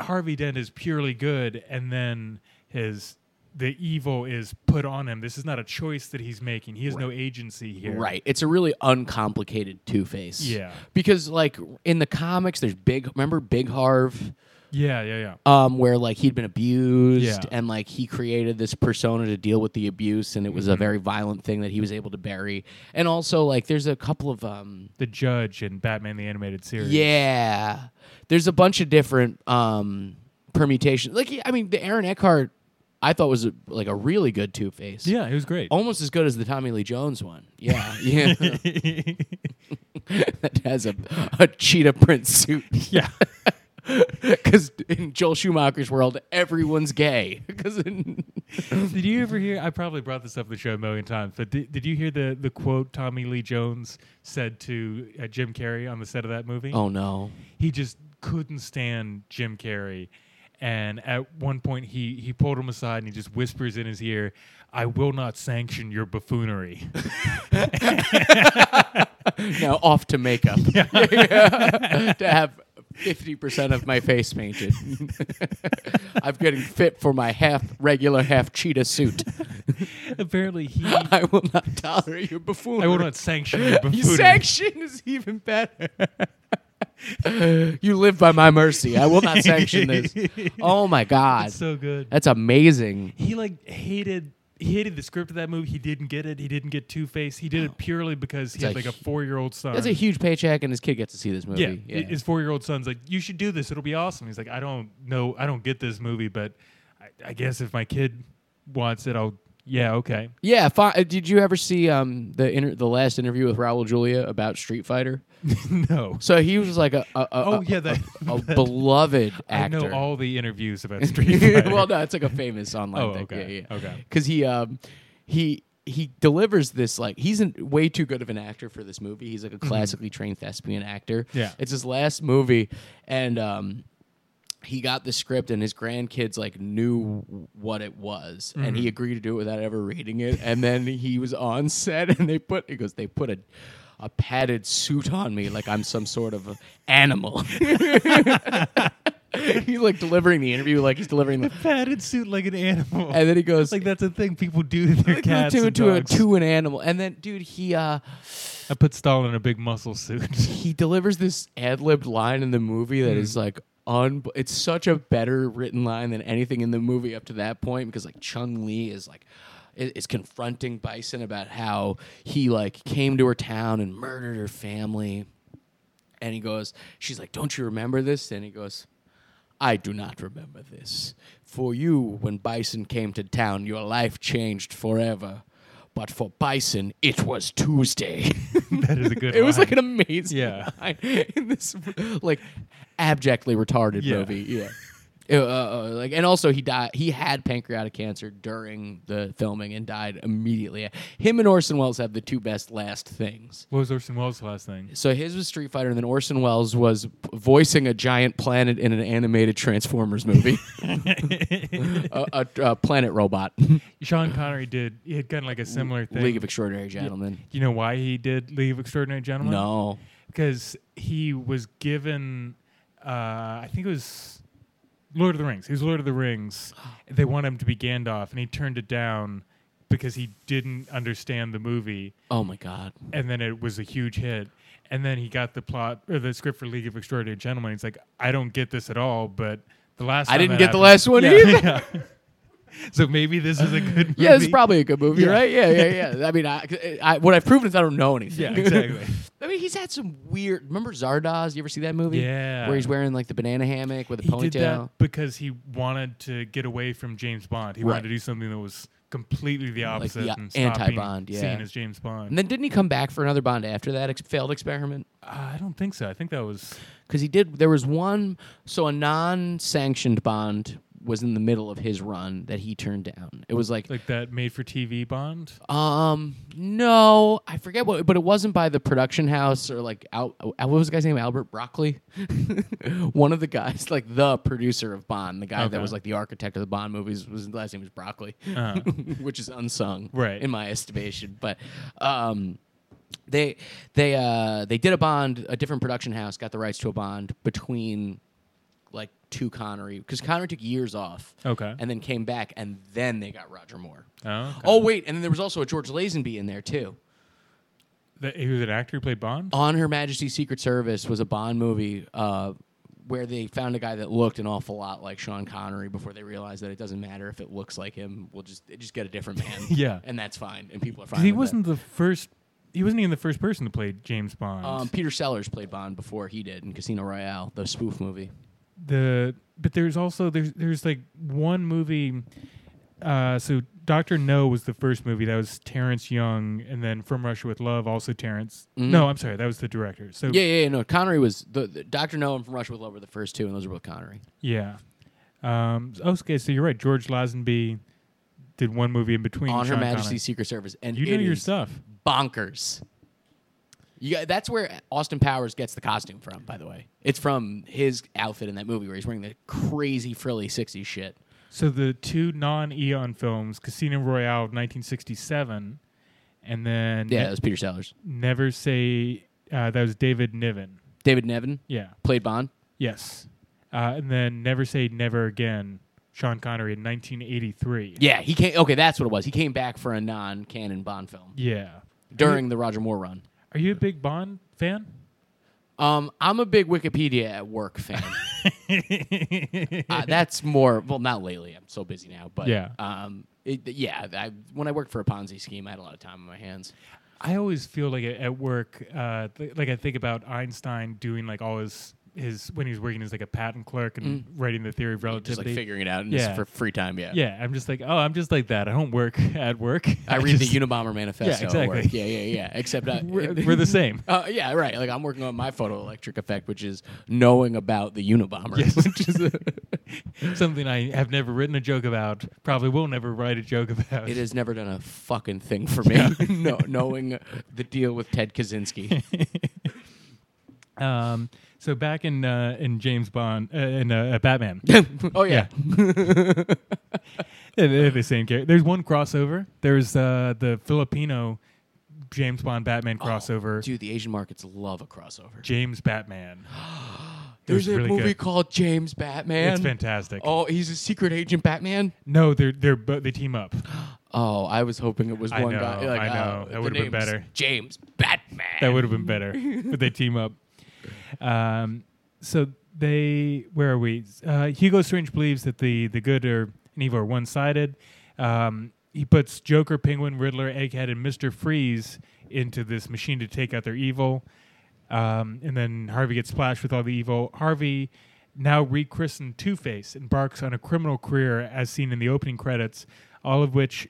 S2: Harvey Dent is purely good, and then his. The evil is put on him. This is not a choice that he's making. He has no agency here.
S1: right. It's a really uncomplicated Two Face.
S2: Yeah.
S1: Because, like, in the comics, there's Big, remember Big Harv?
S2: Yeah, yeah, yeah.
S1: um, where like he'd been abused
S2: Yeah.
S1: and like he created this persona to deal with the abuse and it was
S2: Mm-hmm.
S1: a very violent thing that he was able to bury and also like there's a couple of um
S2: The Judge in Batman the Animated Series.
S1: yeah there's a bunch of different um permutations like I mean the Aaron Eckhart I thought was a, like a really good Two Face
S2: Yeah, it was great. [laughs]
S1: almost as good as the Tommy Lee Jones one yeah [laughs] yeah that has a a cheetah print suit [laughs]
S2: yeah.
S1: because in Joel Schumacher's world everyone's gay [laughs] because
S2: [laughs] Did you ever hear? I probably brought this up on the show a million times, but did, did you hear the, the quote Tommy Lee Jones said to uh, Jim Carrey on the set of that movie?
S1: oh no
S2: He just couldn't stand Jim Carrey. And at one point, he, he pulled him aside and he just whispers in his ear, I will not sanction your buffoonery. [laughs]
S1: now off to makeup [laughs] to have 50% of my face painted [laughs] i'm getting fit for my half regular half cheetah suit
S2: Apparently, he.
S1: [laughs] i will not tolerate your buffoonery
S2: I will not sanction your buffoonery.
S1: [laughs] your sanction is even better [laughs] you live by my mercy i will not
S2: [laughs]
S1: sanction this oh my god
S2: so good.
S1: that's amazing
S2: he like hated he hated the script of that movie. He didn't get it. He didn't get Two Face. He did it purely because he
S1: It's
S2: had
S1: a
S2: like a
S1: hu-
S2: four year old son.
S1: that's a huge paycheck and his kid gets to see this
S2: yeah,
S1: movie
S2: hi- His four year old son's like, you should do this. It'll be awesome. He's like, I don't know. I don't get this movie, but I, I guess if my kid wants it, I'll. Yeah, okay.
S1: Yeah, fi- uh, did you ever see um, the inter- the last interview with Raul Julia about Street Fighter?
S2: [laughs] no.
S1: So he was like a, a, a
S2: Oh,
S1: a-
S2: yeah, [laughs] that-
S1: a, a beloved actor.
S2: I know all the interviews
S1: [laughs]
S2: about Street Fighter.
S1: well, no, it's like a famous online
S2: Oh,
S1: thing.
S2: okay,
S1: Yeah, yeah.
S2: okay.
S1: Because he um, he he delivers this like he's an, way too good of an actor for this movie. He's like a classically trained thespian actor.
S2: Mm-hmm. Yeah.
S1: it's his last movie, and um, he got the script and his grandkids like knew what it was and
S2: Mm-hmm.
S1: he agreed to do it without ever reading it and then he was on set and they put he goes they put a a padded suit on me like I'm some sort of animal. [laughs] he's like delivering the interview like he's delivering the
S2: Padded suit like an animal.
S1: and then he goes
S2: [laughs] like that's a thing people do to their cats
S1: to,
S2: and
S1: to, a,
S2: dogs.
S1: to an animal and then dude he uh
S2: I put Stalin in a big muscle suit. [laughs]
S1: he delivers this ad-libbed line in the movie that is like un- it's such a better written line than anything in the movie up to that point because like Chung Lee is like i- is confronting Bison about how he like came to her town and murdered her family and he goes she's like don't you remember this and he goes I do not remember this. For you, when Bison came to town, your life changed forever. But for Bison, it was Tuesday. [laughs]
S2: that is a good
S1: It was
S2: line.
S1: like an amazing
S2: Yeah.
S1: line in this like abjectly retarded
S2: Yeah.
S1: movie. Yeah. Uh, uh, like and also he died he had pancreatic cancer during the filming and died immediately him and orson welles have the two best last things
S2: What was Orson Welles' last
S1: [laughs]
S2: thing? [laughs]
S1: so his was street fighter and then orson welles was p- voicing a giant planet in an animated transformers
S2: [laughs]
S1: movie a, a, a planet robot
S2: Sean Connery did. He had kind of like a similar thing.
S1: league of extraordinary gentlemen
S2: you know why he did League of Extraordinary Gentlemen?
S1: no
S2: because he was given uh, I think it was Lord of the Rings. He was Lord of the Rings. They wanted him to be Gandalf, and he turned it down because he didn't understand the movie.
S1: oh my god
S2: And then it was a huge hit. And then he got the plot or the script for League of Extraordinary Gentlemen. He's like, I don't get this at all, but the last
S1: I
S2: time that
S1: didn't get the
S2: happened-
S1: last
S2: [laughs]
S1: one
S2: Yeah, yeah. so maybe this is a good [laughs] movie.
S1: yeah, it's probably a good movie,
S2: Yeah.
S1: right? Yeah, yeah, [laughs] yeah. I mean, I, I, what I've proven is I don't know anything.
S2: Yeah,
S1: [laughs]
S2: exactly.
S1: I mean, he's had some weird. Remember Zardoz? You ever see that movie?
S2: [laughs] Yeah.
S1: Where he's wearing like the banana hammock with a
S2: he
S1: ponytail.
S2: did that because he wanted to get away from James Bond. He
S1: Right.
S2: wanted to do something that was completely the opposite
S1: the
S2: and stop being
S1: anti-Bond, yeah.
S2: seen as James Bond.
S1: And then didn't he come back for another Bond after that ex- failed experiment?
S2: Uh, I don't think so. I think that was
S1: Because he did. There was one. So a non-sanctioned Bond was in the middle of his run that he turned down. It was like,
S2: like that made-for-TV Bond.
S1: um, no, I forget what, but it wasn't by the production house or like out. What was the guy's name? Albert Broccoli, [laughs] one of the guys, [laughs] like the producer of Bond, the guy that
S2: Okay.
S1: was like the architect of the Bond movies. Was his last name was Broccoli.
S2: Uh,
S1: [laughs] which is unsung,
S2: Right.
S1: In my estimation, but um, they they uh, they did a bond. A different production house got the rights to a bond between like two Connery because Connery took years off,
S2: okay.
S1: and then came back, and then they got Roger Moore.
S2: oh, okay.
S1: Oh wait, and then there was also a George Lazenby in there too.
S2: That- he was an actor who played Bond.
S1: On Her Majesty's Secret Service was a Bond movie uh, where they found a guy that looked an awful lot like Sean Connery before they realized that it doesn't matter if it looks like him. We'll just just get a different man.
S2: [laughs] Yeah.
S1: and that's fine, and people are fine.
S2: Because he
S1: with that.
S2: wasn't the first. He wasn't even the first person to play James Bond.
S1: Um, Peter Sellers played Bond before he did in Casino Royale, the spoof movie.
S2: the but there's also there's there's like one movie uh so Doctor No was the first movie that was Terrence Young and then From Russia with Love also Terrence No I'm sorry that was the director so
S1: Mm-hmm. Yeah, yeah, yeah no. Connery was the, the Doctor No and From Russia with Love were the first two, and those are both Connery.
S2: yeah um so- okay so you're right George Lazenby did one movie in between
S1: On Her
S2: Sean
S1: Majesty's Secret Service, and
S2: Connery. you
S1: it
S2: know your
S1: is
S2: stuff
S1: bonkers. Yeah, that's where Austin Powers gets the costume from. By the way, it's from his outfit in that movie where he's wearing the crazy frilly '60s shit.
S2: so the two non Eon films Casino Royale of 1967 and then
S1: Yeah,
S2: Ne-
S1: that was Peter Sellers.
S2: Never Say uh, that was David Niven
S1: David Nevin
S2: yeah
S1: played Bond.
S2: Yes. Uh, and then Never Say Never Again, Sean Connery in 1983.
S1: Yeah, he came. Okay, that's what it was. He came back for a non-canon Bond film
S2: Yeah.
S1: during the Roger Moore run.
S2: Are you a big Bond
S1: [laughs]
S2: fan?
S1: Um, I'm a big Wikipedia at
S2: [laughs]
S1: work fan. uh, that's more well, not lately. I'm so busy now, but
S2: Yeah.
S1: um, it, yeah. I, when I worked for a Ponzi scheme, I had a lot of time on my hands.
S2: I always feel like at at work, uh, th- like I think about Einstein doing like all his, his when he was working as like a patent clerk and writing the theory of
S1: Just like
S2: relativity.
S1: figuring it out and
S2: Yeah.
S1: just for free time. Yeah,
S2: yeah, I'm just like, oh, I'm just like that. I don't work [laughs] at work.
S1: I read
S2: just-
S1: the Unabomber manifesto.
S2: Yeah,
S1: at work.
S2: exactly.
S1: Yeah, yeah, yeah. Except I, [laughs]
S2: We're, we're the same.
S1: Uh, yeah, right. Like I'm working on my photoelectric effect, which is knowing about the Unabomber.
S2: Yes.
S1: which is
S2: [laughs] Something I have never written a joke about. Probably will never write a joke about.
S1: it has never done a fucking thing for me. [laughs] no, knowing the deal with
S2: [laughs]
S1: Ted Kaczynski.
S2: Um, so back in uh, in James Bond uh, in uh, Batman,
S1: oh yeah.
S2: [laughs] Yeah, they're the same character. There's one crossover. There's uh, the Filipino James Bond Batman crossover.
S1: Oh, Dude, the Asian markets love a crossover.
S2: James Batman.
S1: [gasps] There's
S2: It
S1: a
S2: was really
S1: movie
S2: good.
S1: called James Batman.
S2: It's fantastic.
S1: Oh, he's a secret agent Batman.
S2: No, they're they're bo- they team up.
S1: Oh, I was hoping it was
S2: I
S1: one
S2: know,
S1: guy.
S2: I know.
S1: oh,
S2: That
S1: the
S2: would've been
S1: name's
S2: better.
S1: James Batman.
S2: That would have been better, but they team up. Um, so they where are we? Uh, Hugo Strange believes that the the good are and evil are one sided. Um, he puts Joker, Penguin, Riddler, Egghead, and Mister Freeze into this machine to take out their evil. Um, and then Harvey gets splashed with all the evil. Harvey, now rechristened Two Face, embarks on a criminal career as seen in the opening credits, all of which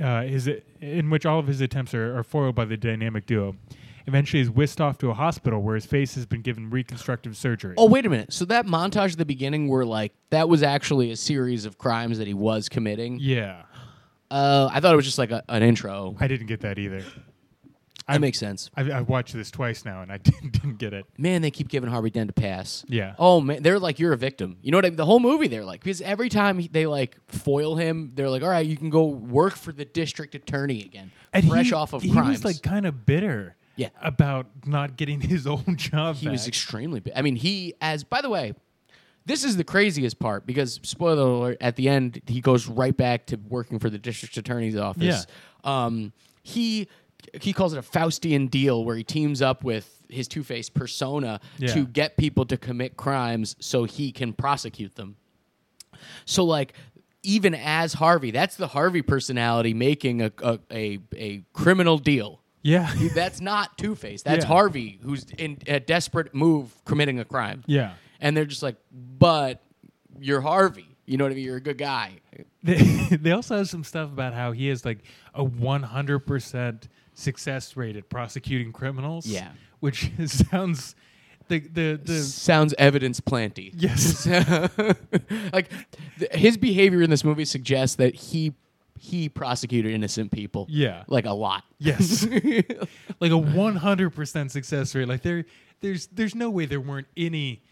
S2: uh, his, in which all of his attempts are, are foiled by the dynamic duo. eventually is whisked off to a hospital where his face has been given reconstructive surgery.
S1: Oh, wait a minute. So that montage at the beginning where like that was actually a series of crimes that he was committing.
S2: Yeah.
S1: Uh, I thought it was just like a, an intro.
S2: I didn't get that either.
S1: That makes sense.
S2: I've, I've watched this twice now and I [laughs] didn't, didn't get it.
S1: Man, they keep giving Harvey Dent a pass.
S2: Yeah.
S1: Oh man, they're like you're a victim. You know what I mean? The whole movie they're like because every time he- they like foil him, they're like, "All right, you can go work for the district attorney again,
S2: And
S1: fresh
S2: he-
S1: off of
S2: he
S1: crimes."
S2: was like kind of bitter
S1: Yeah.
S2: about not getting [laughs] his own job
S1: he
S2: back.
S1: was extremely big. I mean, he as by the way, this is the craziest part because spoiler alert, at the end he goes right back to working for the district attorney's office. Um, he he calls it a Faustian deal where he teams up with his Two Face persona
S2: Yeah.
S1: to get people to commit crimes so he can prosecute them. So like even as Harvey, that's the Harvey personality making a a, a, a criminal deal.
S2: yeah.
S1: That's not Two Face. That's
S2: Yeah.
S1: Harvey, who's in a desperate move, committing a crime.
S2: yeah.
S1: And they're just like, but you're Harvey. You know what I mean? You're a good guy.
S2: They, [laughs] they also have some stuff about how he is like a 100% success rate at prosecuting criminals.
S1: Yeah.
S2: Which [laughs] sounds the the the
S1: Sounds evidence planty.
S2: [laughs] yes.
S1: [laughs] like th- his behavior in this movie suggests that he he prosecuted innocent people.
S2: Yeah.
S1: like a lot.
S2: [laughs] Yes. [laughs]
S1: [laughs]
S2: like a 100% success rate. Like there there's there's no way there weren't any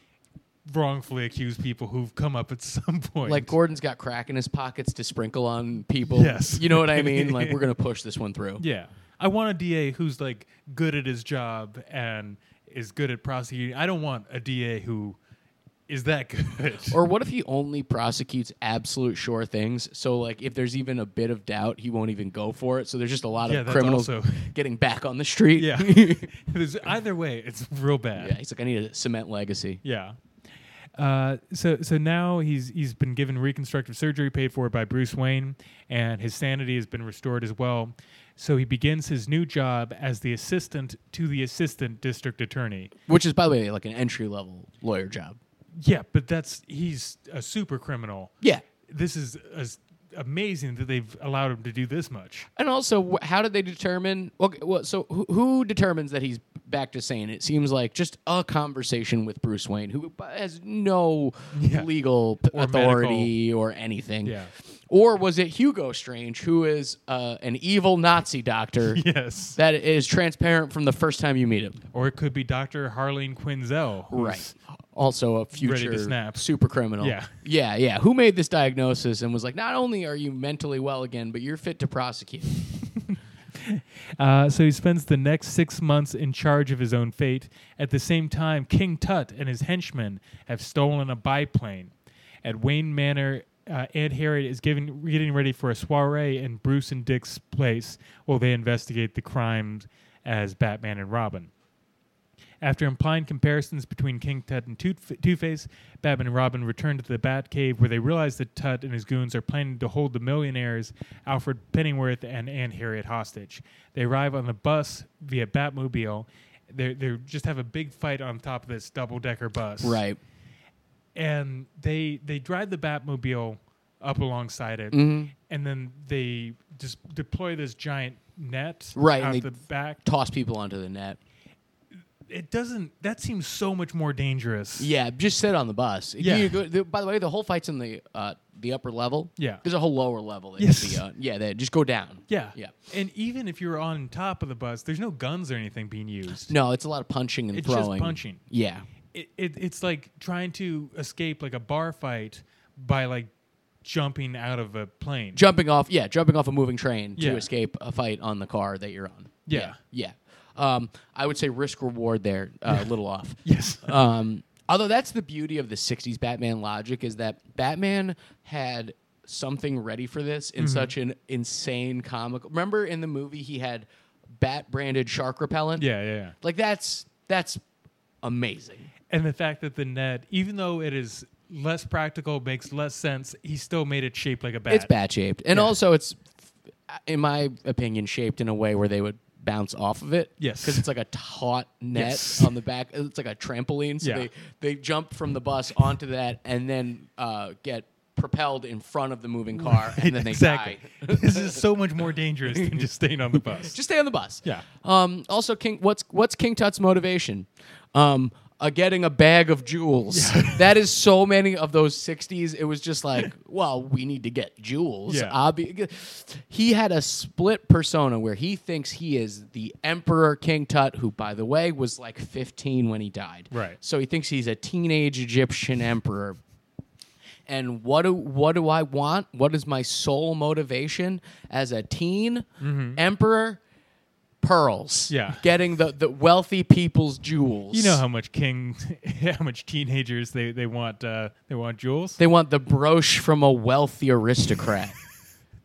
S2: wrongfully accused people who've come up at [laughs] some point.
S1: Like Gordon's got crack in his pockets to sprinkle on people.
S2: Yes.
S1: you know what I
S2: [laughs]
S1: mean. Like we're gonna push this one through.
S2: yeah. I want a DA who's like good at his job and is good at prosecuting. I don't want a DA who is that [laughs] good.
S1: Or what if he only prosecutes absolute sure things? So like if there's even a bit of doubt, he won't even go for it. So there's just a lot
S2: Yeah,
S1: of
S2: that's
S1: criminals
S2: also-
S1: [laughs] getting back on the street. [laughs]
S2: Yeah. There's- either way, it's real bad.
S1: Yeah, he's like, I need a cement legacy.
S2: Yeah. Uh, so so now he's he's been given reconstructive surgery paid for by Bruce Wayne, and his sanity has been restored as well. So he begins his new job as the assistant to the assistant district attorney.
S1: Which is by the way like an entry level lawyer job.
S2: Yeah, but that's he's a super criminal.
S1: Yeah.
S2: This is as amazing that they've allowed him to do this much.
S1: And also, wh- how did they determine? Okay, well, so who, who determines that he's back to sane? It seems like just a conversation with Bruce Wayne, who has no
S2: [laughs] Yeah.
S1: legal p-
S2: Or
S1: authority or anything.
S2: Yeah.
S1: Or was it Hugo Strange, who is uh, an evil Nazi doctor
S2: [laughs] Yes.
S1: that is transparent from the first time you meet him?
S2: Or it could be Dr. Harleen Quinzel. who's-
S1: Also, a
S2: to
S1: future
S2: snap.
S1: super criminal.
S2: Yeah.
S1: Yeah. Yeah. Who made this diagnosis and was like, not only are you mentally well again, but you're fit
S2: [laughs]
S1: to prosecute?
S2: Uh, so he spends the next six months in charge of his own fate. At the same time, King Tut and his henchmen have stolen a biplane. At Wayne Manor, uh, Aunt Harriet is giving, getting ready for a soiree in Bruce and Dick's place while they investigate the crimes as Batman and Robin. After implying comparisons between King Tut and Two Face, Batman and Robin return to the Batcave where they realize that Tut and his goons are planning to hold the millionaires Alfred Pennyworth and Anne Harriet hostage. They arrive on the bus via Batmobile. They they just have a big fight on top of this double decker bus,
S1: right.
S2: And they they drive the Batmobile up alongside it,
S1: Mm-hmm.
S2: and then they just deploy this giant net
S1: Right,
S2: out
S1: and they-
S2: the back.
S1: Toss people onto the net.
S2: It doesn't. That seems so much more dangerous.
S1: Yeah, just sit on the bus. You
S2: Yeah.
S1: could go- the- by the way, the whole fight's in the uh, the upper level.
S2: Yeah.
S1: There's a whole lower level. that
S2: Yes.
S1: could be on. yeah. They just go down.
S2: Yeah.
S1: Yeah.
S2: And even if you're on top of the bus, there's no guns or anything being used.
S1: No, it's a lot of punching and
S2: It's just
S1: throwing.
S2: punching.
S1: Yeah.
S2: It, it, it's like trying to escape like a bar fight by like jumping out of a plane.
S1: Jumping off. Yeah. Jumping off a moving train
S2: Yeah.
S1: to escape a fight on the car that you're on.
S2: Yeah.
S1: Yeah. yeah. Um, I would say risk reward there uh, a little off.
S2: yes.
S1: Um, although that's the beauty of the 60s Batman logic is that Batman had something ready for this in such an insane comic. Remember in the movie he had bat branded shark repellent?
S2: yeah, yeah, yeah.
S1: Like that's that's amazing.
S2: And the fact that the net, even though it is less practical, makes less sense, he still made it shaped like a bat.
S1: It's bat shaped. And also it's in my opinion shaped in a way where they would bounce off of it.
S2: Yes.
S1: Because it's like a taut
S2: [laughs]
S1: net
S2: Yes.
S1: on the back. It's like a trampoline. So
S2: Yeah.
S1: they, they jump from the bus onto that and then uh, get propelled in front of the moving car, and then they
S2: exactly. [laughs]
S1: die.
S2: this is so much more dangerous than just staying
S1: [laughs]
S2: on the bus.
S1: Just stay on the bus.
S2: Yeah.
S1: Um, also, King, what's what's King Tut's motivation? Um, uh, getting a bag of jewels. [laughs] that is so many of those '60s. It was just
S2: [laughs]
S1: like, well, we need to get jewels.
S2: Yeah.
S1: Obvi- he had a split persona where he thinks he is the Emperor King Tut, who, by the way, was like 15 when he died.
S2: Right.
S1: So he thinks he's a teenage Egyptian emperor. And what do what do I want? What is my sole motivation as a teen emperor? Pearls.
S2: Mm-hmm. Yeah.
S1: Getting the, the wealthy people's jewels.
S2: You know how much king, [laughs] how much teenagers they they want uh, they want jewels.
S1: they want the brooch from a wealthy
S2: [laughs]
S1: aristocrat.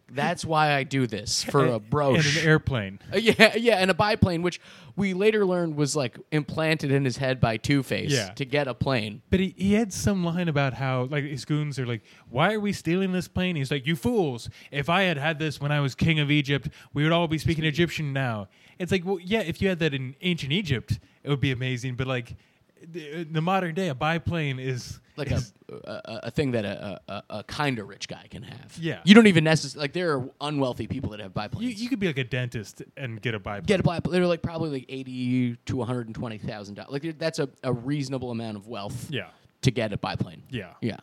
S1: That's why I do this for a brooch.
S2: and an airplane.
S1: Uh, [laughs] Yeah, yeah, and a biplane, which we later learned was like implanted in his head by Two Face
S2: Yeah.
S1: to get a plane.
S2: But he, he had some line about how like his goons are like, "Why are we stealing this plane?" He's like, "You fools! If I had had this when I was king of Egypt, we would all be speaking Egyptian now." It's like, well, yeah, if you had that in ancient Egypt, it would be amazing. But like, the, uh, the modern day, a biplane is
S1: Like a,
S2: is-
S1: a a thing that a a, a kind of rich guy can have.
S2: Yeah.
S1: you don't even necessarily like there are unwealthy people that have biplanes.
S2: you, you could be like a dentist and get a biplane.
S1: get a black they're like probably like 80 to 120000 dollars like dude, that's a, a reasonable amount of wealth
S2: yeah,
S1: to get a biplane
S2: yeah.
S1: yeah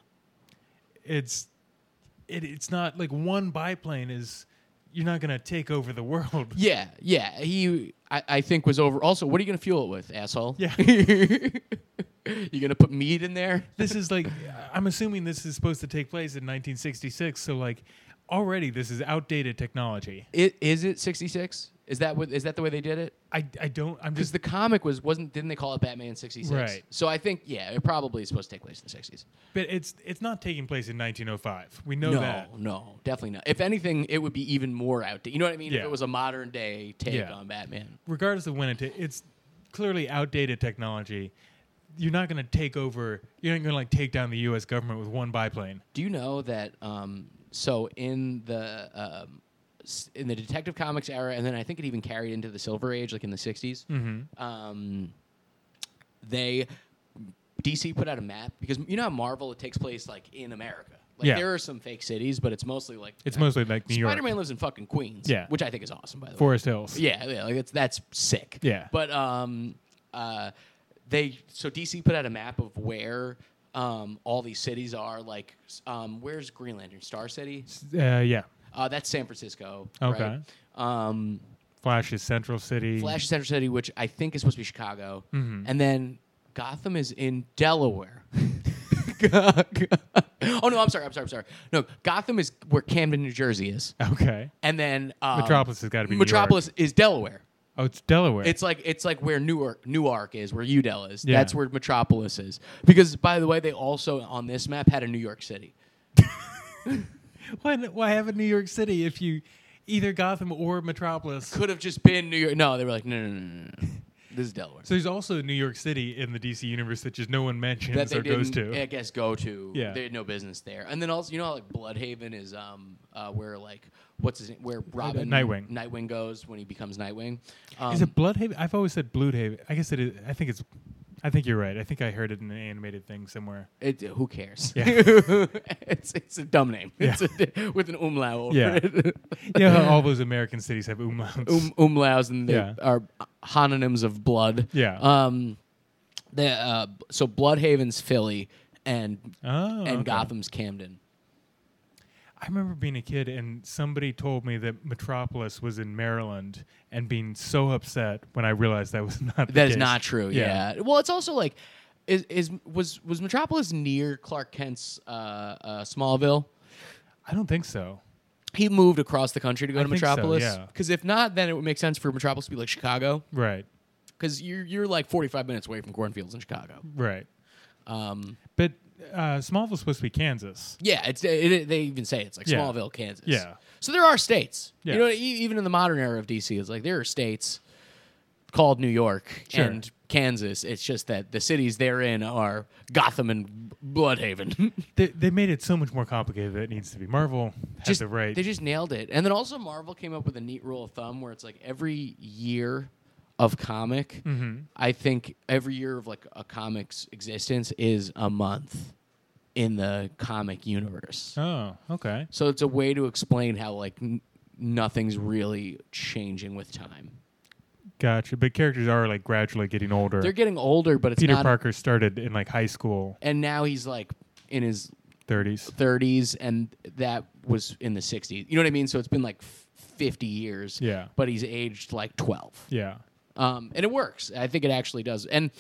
S2: It's it, it's not like one biplane is you're not gonna take over the world.
S1: yeah yeah he i, I think was over also what are you gonna fuel it with asshole
S2: Yeah.
S1: [laughs] you gonna put meat in there
S2: this is like I'm assuming this is supposed to take place in 1966, so like already this is outdated technology.
S1: it, is it 66 is that what is that the way they did it
S2: I, I don't I'm
S1: because
S2: just
S1: the comic was wasn't didn't they call it batman 66
S2: Right.
S1: so i think yeah it probably is supposed to take place in the 60s
S2: but it's it's not taking place in 1905. We know
S1: no,
S2: that.
S1: no, definitely not. If anything, it would be even more outdated. You know what I mean? If
S2: Yeah.
S1: it was a modern day take
S2: Yeah.
S1: on Batman.
S2: Regardless of when it ta- it's clearly outdated technology. You're not going to take over. You're not going to like take down the U.S. government with one biplane.
S1: Do you know that? Um, so in the um, s- in the Detective Comics era, and then I think it even carried into the Silver Age, like in the 60s
S2: Mm-hmm.
S1: Um, they DC put out a map because you know how Marvel it takes place like in America. Like
S2: Yeah.
S1: there are some fake cities, but it's mostly like
S2: It's mostly like New
S1: Spider Man
S2: York,
S1: lives in fucking Queens,
S2: Yeah.
S1: which I think is awesome by the way.
S2: Forest Hills.
S1: Yeah, yeah like it's, that's sick.
S2: Yeah.
S1: But um, uh, they so DC put out a map of where um all these cities are. Like, s- um, where's Green Lantern? Star City.
S2: Uh, yeah.
S1: Uh, that's San Francisco.
S2: Okay.
S1: Right? Um,
S2: Flash is Central City.
S1: Flash is Center City, which I think is supposed to be Chicago,
S2: Mm-hmm.
S1: and then Gotham is in Delaware. [laughs] oh no, I'm sorry, I'm sorry, I'm sorry. No, Gotham is where Camden, New Jersey is,
S2: Okay.
S1: and then um,
S2: Metropolis has gotta be New York.
S1: Metropolis is Delaware.
S2: Oh, it's Delaware.
S1: It's like it's like where Newark Newark is, where Udell is.
S2: Yeah.
S1: That's where Metropolis is. Because by the way, they also on this map had a New York City.
S2: Why, why have a New York City if you either Gotham or Metropolis?
S1: Could have just been New York. No, they were like, no, no, no, no, no,
S2: [laughs]
S1: no. This is Delaware.
S2: So there's also a New York City in the DC universe that just no one mentions
S1: that they
S2: or goes
S1: didn't,
S2: to.
S1: I guess, go to.
S2: Yeah.
S1: They had no business there. And then also, you know, how, like Bloodhaven is um uh, where like what's his name? Where Robin
S2: Nightwing.
S1: Nightwing goes when he becomes Nightwing. Um,
S2: is it Bloodhaven? I've always said Bloodhaven. I guess it is. I think it's. I think you're right. I think I heard it in an animated thing
S1: [laughs]
S2: somewhere.
S1: It, who cares?
S2: Yeah.
S1: [laughs] it's it's a dumb name. It's a, with an umlaut over
S2: Yeah.
S1: it.
S2: yeah, how all those American cities have umlauts.
S1: um, umlauts and they
S2: Yeah.
S1: are homonyms of blood.
S2: Yeah.
S1: Um, the uh, so Bloodhaven's Philly and
S2: oh,
S1: and
S2: okay.
S1: Gotham's Camden.
S2: I remember being a kid and somebody told me that Metropolis was in Maryland and being so upset when I realized that was [laughs] not. The
S1: That is
S2: case.
S1: not true.
S2: Yeah.
S1: Yeah. Well, it's also like, is is was was Metropolis near Clark Kent's uh, uh, Smallville?
S2: I don't think so.
S1: He moved across the country to go
S2: I
S1: to
S2: think so,
S1: Metropolis.
S2: yeah.
S1: Because if not, then it would make sense for Metropolis to be like Chicago.
S2: Right.
S1: Because you're you're like 45 minutes away from cornfields in Chicago.
S2: Right.
S1: Um,
S2: But uh, Smallville's supposed to be Kansas.
S1: Yeah, it's it, it- they even say it's like
S2: Yeah.
S1: Smallville, Kansas.
S2: Yeah.
S1: So there are states.
S2: Yeah.
S1: You know, e- even in the modern era of DC, it's like there are states called New York
S2: Sure.
S1: and Kansas. It's just that the cities they're in are Gotham and Bloodhaven. [laughs]
S2: They, they made it so much more complicated that it needs to be. Marvel has
S1: just
S2: the right.
S1: They just nailed it. And then also Marvel came up with a neat rule of thumb where it's like every year of comic,
S2: Mm-hmm.
S1: I think every year of like a comic's existence is a month. in the comic universe.
S2: Oh, okay.
S1: So it's a way to explain how like n- nothing's really changing with time.
S2: Gotcha. But characters are like gradually getting older.
S1: They're getting older, but it's
S2: Peter
S1: not.
S2: Parker started in like high school
S1: And now he's like in his
S2: 30s.
S1: 30s, and that was in the 60s. You know what I mean? So it's been like f- 50 years.
S2: Yeah.
S1: But he's aged like 12.
S2: Yeah.
S1: Um, and it works. I think it actually does. And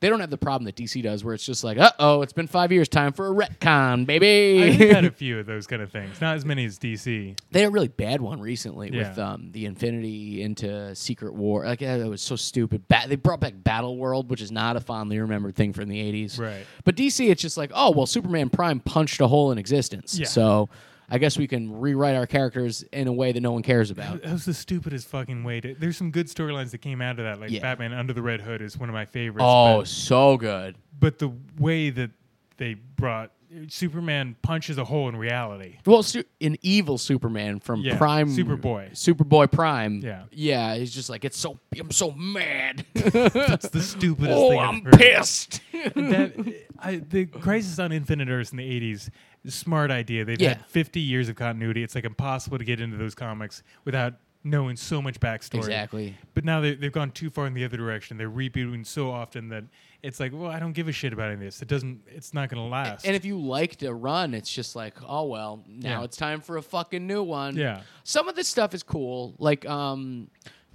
S1: they don't have the problem that DC does, where it's just like, uh oh, it's been five years, time for a retcon, [laughs]
S2: I've
S1: baby.
S2: had a few of those kind of things. Not as many as DC.
S1: they had a really bad one recently with
S2: Yeah.
S1: um, the Infinity into Secret War. Like that was so stupid. Ba- they brought back Battle World, which is not a fondly remembered thing from the '80s.
S2: Right.
S1: But DC, it's just like, oh well, Superman Prime punched a hole in existence.
S2: Yeah.
S1: So I guess we can rewrite our characters in a way that no one
S2: [laughs]
S1: cares about.
S2: That was the stupidest fucking way to. There's some good storylines that came out of that. Like
S1: Yeah.
S2: Batman Under the Red Hood is one of my favorites.
S1: oh,
S2: but,
S1: so good.
S2: but the way that they brought Superman punches a hole in reality.
S1: Well, su- an evil Superman from
S2: Yeah,
S1: Prime
S2: Superboy.
S1: Superboy Prime.
S2: Yeah.
S1: yeah. He's just like it's so I'm
S2: [laughs]
S1: so mad.
S2: That's the stupidest
S1: oh,
S2: thing I've
S1: I'm
S2: heard.
S1: pissed. [laughs]
S2: that I, the Crisis on Infinite Earths in the '80s, smart idea. They've
S1: Yeah.
S2: had 50 years of continuity. It's like impossible to get into those comics without knowing so much backstory.
S1: Exactly.
S2: But now they, they've gone too far in the other direction. They're rebooting so often that it's like, well, I don't give a shit about any of this. It doesn't. It's not going to last.
S1: And if you liked a run, it's just like, oh well, now
S2: Yeah.
S1: it's time for a fucking new one.
S2: Yeah.
S1: Some of this stuff is cool, like um,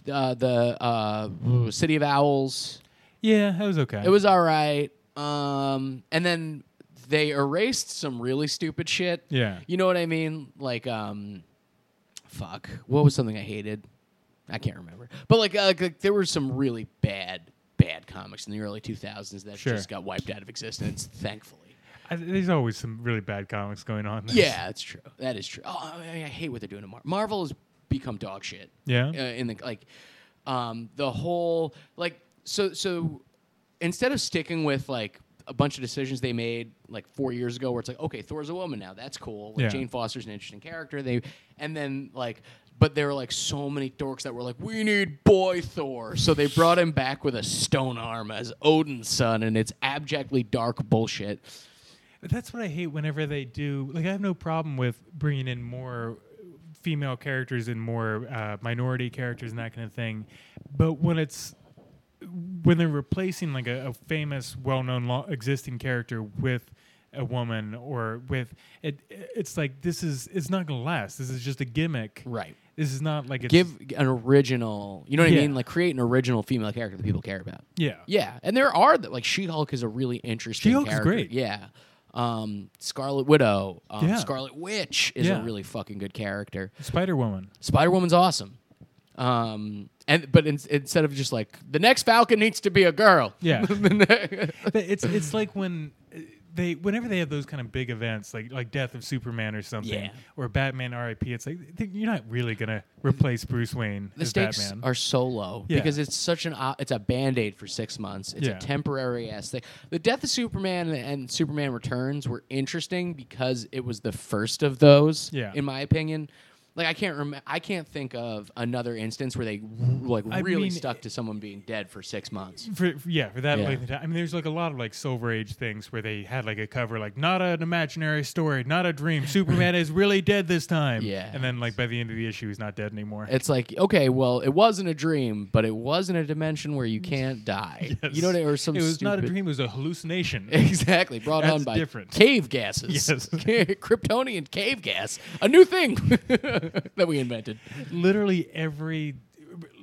S1: uh, the uh, City of Owls.
S2: yeah, that was okay.
S1: It was all right. Um, and then they erased some really stupid shit.
S2: Yeah.
S1: You know what I mean? Like um, fuck, what was something I hated? I can't remember. But like, uh, like, like, there were some really bad, bad comics in the early 2000s that
S2: Sure.
S1: just got wiped out of existence, thankfully.
S2: I, there's always some really bad comics going on.
S1: Yeah, that's true. That is true. Oh, I, mean, I hate what they're doing to Marvel. Marvel has become dog shit.
S2: Yeah?
S1: Uh, in the like, um, the whole like so so instead of sticking with like a bunch of decisions they made like four years ago, where it's like, okay, Thor's a woman now. That's cool. Like,
S2: Yeah.
S1: Jane Foster's an interesting character. They and then like. But there were like so many dorks that were like, "We need boy Thor," so they brought him back with a stone arm as Odin's son, and it's abjectly dark bullshit.
S2: But that's what I hate whenever they do. Like, I have no problem with bringing in more female characters and more uh, minority characters and that kind of thing. But when it's when they're replacing like a, a famous, well-known, lo- existing character with a woman or with it, it's like this is it's not gonna last. This is just a gimmick.
S1: Right.
S2: This is not like it's,
S1: give an original. You know what I
S2: Yeah.
S1: mean? Like create an original female character that people care about.
S2: Yeah.
S1: Yeah, and there are the, like She-Hulk is a really interesting.
S2: She-Hulk's
S1: character.
S2: great.
S1: Yeah. Um, Scarlet Widow. Um,
S2: Yeah.
S1: Scarlet Witch is
S2: Yeah.
S1: a really fucking good character.
S2: Spider Woman.
S1: Spider Woman's awesome. Um, and but in, instead of just like the next Falcon needs to be a girl. [laughs]
S2: Yeah. But it's it's like when uh, they whenever they have those kind of big events like like death of Superman or something
S1: Yeah.
S2: or Batman RIP it's like th- you're not really going to replace Bruce Wayne
S1: the
S2: as
S1: stakes
S2: Batman.
S1: are so low
S2: Yeah.
S1: because it's such an o- it's a band-aid for six months it's
S2: Yeah.
S1: a temporary ass thing the death of superman and superman returns were interesting because it was the first of those
S2: Yeah.
S1: in my opinion like i can't remember i can't think of another instance where they like
S2: I
S1: really
S2: mean-
S1: stuck to someone being dead for six months
S2: for, for- yeah, for that
S1: Yeah.
S2: length of time. I mean, there's like a lot of like Silver Age things where they had like a cover like not an imaginary story, not a dream. Superman is really dead this time.
S1: [laughs] Yeah.
S2: and then like by the end of the issue, he's not dead anymore. [laughs]
S1: it's like okay well it wasn't a dream but it was in a dimension where you can't die
S2: [laughs]
S1: you know what I- or some
S2: it was not a
S1: stupid-
S2: dream; it was a hallucination.
S1: Exactly, brought on
S2: That's
S1: by
S2: different.
S1: cave gases.
S2: Yes.
S1: [laughs] Kryptonian cave gas, a new thing [laughs] that we invented.
S2: literally every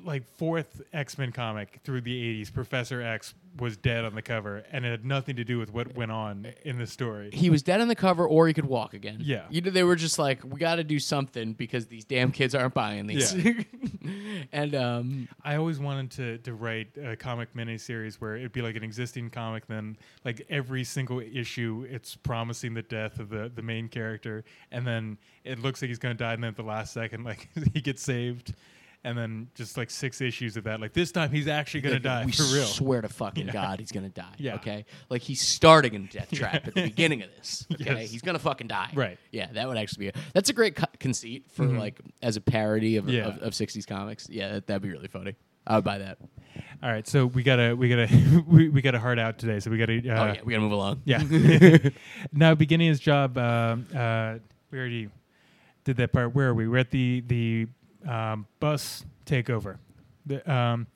S2: like fourth X-Men comic through the 80s Professor X was dead on the cover and it had nothing to do with what went on in the story.
S1: He was dead on the cover, or he could walk again.
S2: Yeah.
S1: you know, they were just like, we got to do something because these damn kids aren't buying these. [laughs] and um,
S2: I always wanted to to write a comic miniseries where it'd be like an existing comic then like every single issue it's promising the death of the the main character and then it looks like he's going to die and then at the last second like [laughs] he gets saved and then just like six issues of that like this time he's actually going to die
S1: we
S2: for real.
S1: swear to fucking God, he's gonna die.
S2: Yeah.
S1: Okay, like he's starting in
S2: [laughs]
S1: death trap at the beginning of this. Okay,
S2: Yes.
S1: he's gonna fucking die.
S2: Right. Mm-hmm.
S1: Yeah, that would actually be. A, that's a great co- conceit for like as a parody of,
S2: Yeah.
S1: of of '60s comics. Yeah, that, that'd be really funny. I would buy that.
S2: All right, so we gotta we gotta [laughs] we, we gotta hard out today. So we gotta. Uh,
S1: oh yeah, we gotta move along. [laughs]
S2: Yeah. now beginning his job, um, uh, we already did that part. Where are we? We're at the the um, bus takeover. The, um,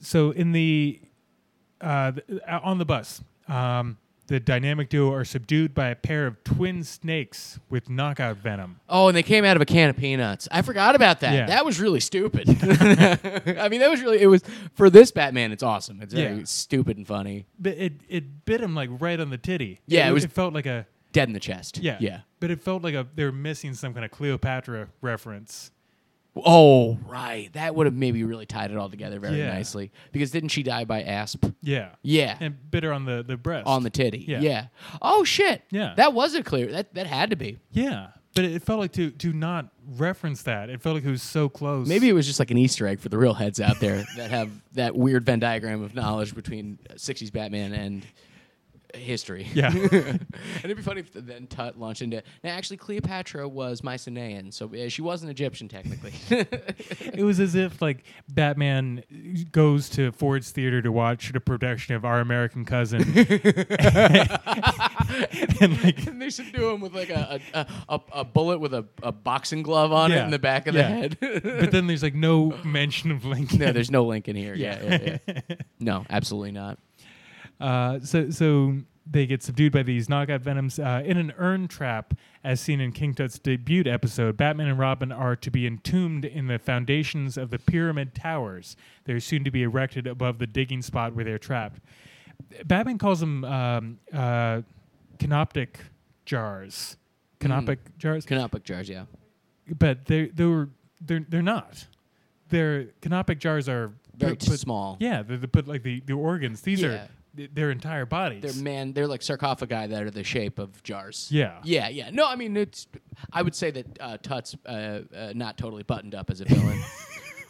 S2: so in the, uh, the uh, on the bus, um, the dynamic duo are subdued by a pair of twin snakes with knockout venom.
S1: Oh, and they came out of a can of peanuts. I forgot about that.
S2: Yeah.
S1: That was
S2: [laughs]
S1: really stupid. [laughs] I mean, that was really it was for this Batman. It's awesome. It's very
S2: Yeah.
S1: stupid and funny.
S2: But it it bit him like right on the titty.
S1: Yeah, it was-
S2: It felt like a
S1: Dead in the chest.
S2: yeah
S1: Yeah.
S2: But it felt like a they were missing some kind of Cleopatra reference.
S1: Oh, right. That would have maybe really tied it all together very
S2: Yeah.
S1: nicely. Because didn't she die by asp?
S2: Yeah.
S1: Yeah.
S2: And bit her on the the breast.
S1: on the titty.
S2: Yeah.
S1: Yeah. Oh shit.
S2: Yeah.
S1: That was a clear. That that had to be.
S2: yeah. But it felt like to to not reference that. It felt like it was so close.
S1: Maybe it was just like an Easter egg for the real heads out there [laughs] that have that weird Venn diagram of knowledge between uh, '60s Batman and history.
S2: Yeah.
S1: [laughs]
S2: [laughs]
S1: and it'd be funny if then Tut launched into. Now, actually, Cleopatra was Mycenaean, so uh, she was an Egyptian technically. [laughs]
S2: it was as if like Batman goes to Ford's Theater to watch the production of Our American
S1: [laughs]
S2: Cousin, [laughs] and like
S1: and they should do him with like a a, a, a- a bullet with a, a boxing glove on it
S2: Yeah.
S1: in the back of
S2: Yeah.
S1: the head. [laughs]
S2: but then there's like no mention of Lincoln.
S1: no, there's no link in here. Yeah, yeah, yeah. no, absolutely not.
S2: Uh, so so they get subdued by these knockout venoms uh, in an urn trap, as seen in King Tut's debut episode. Batman and Robin are to be entombed in the foundations of the pyramid towers. They're soon to be erected above the digging spot where they're trapped. Batman calls them um, uh, canoptic jars,
S1: Hmm.
S2: canopic jars,
S1: Canopic jars, yeah.
S2: but they they were they're they're not. They're canopic jars are
S1: Very
S2: put, put-
S1: small.
S2: Yeah, they, they put like the, the organs. These
S1: Yeah.
S2: are th- their entire bodies.
S1: They're man. They're like sarcophagi that are the shape of jars.
S2: Yeah.
S1: Yeah. Yeah. No, I mean it's. I would say that uh, Tut's uh, uh, not totally buttoned up as a
S2: [laughs]
S1: villain.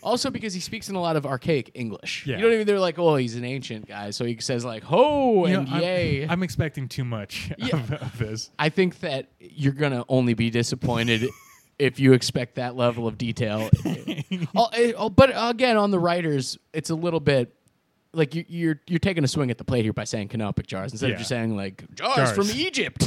S1: also because he speaks in a lot of archaic English.
S2: Yeah.
S1: You know what I mean? They're like, oh, he's an ancient guy, so he says like, ho
S2: You know,
S1: and
S2: I'm-
S1: yay.
S2: [laughs] I'm, expecting too much [laughs]
S1: Yeah.
S2: of, of this.
S1: I think that you're gonna only
S2: [laughs]
S1: be disappointed if you expect that level of detail. Oh, eh, oh, but again, on the writers, it's a little bit like you, you're you're taking a swing at the plate here by saying canopic jars instead
S2: Yeah.
S1: of just saying like jars,
S2: Jars.
S1: from Egypt,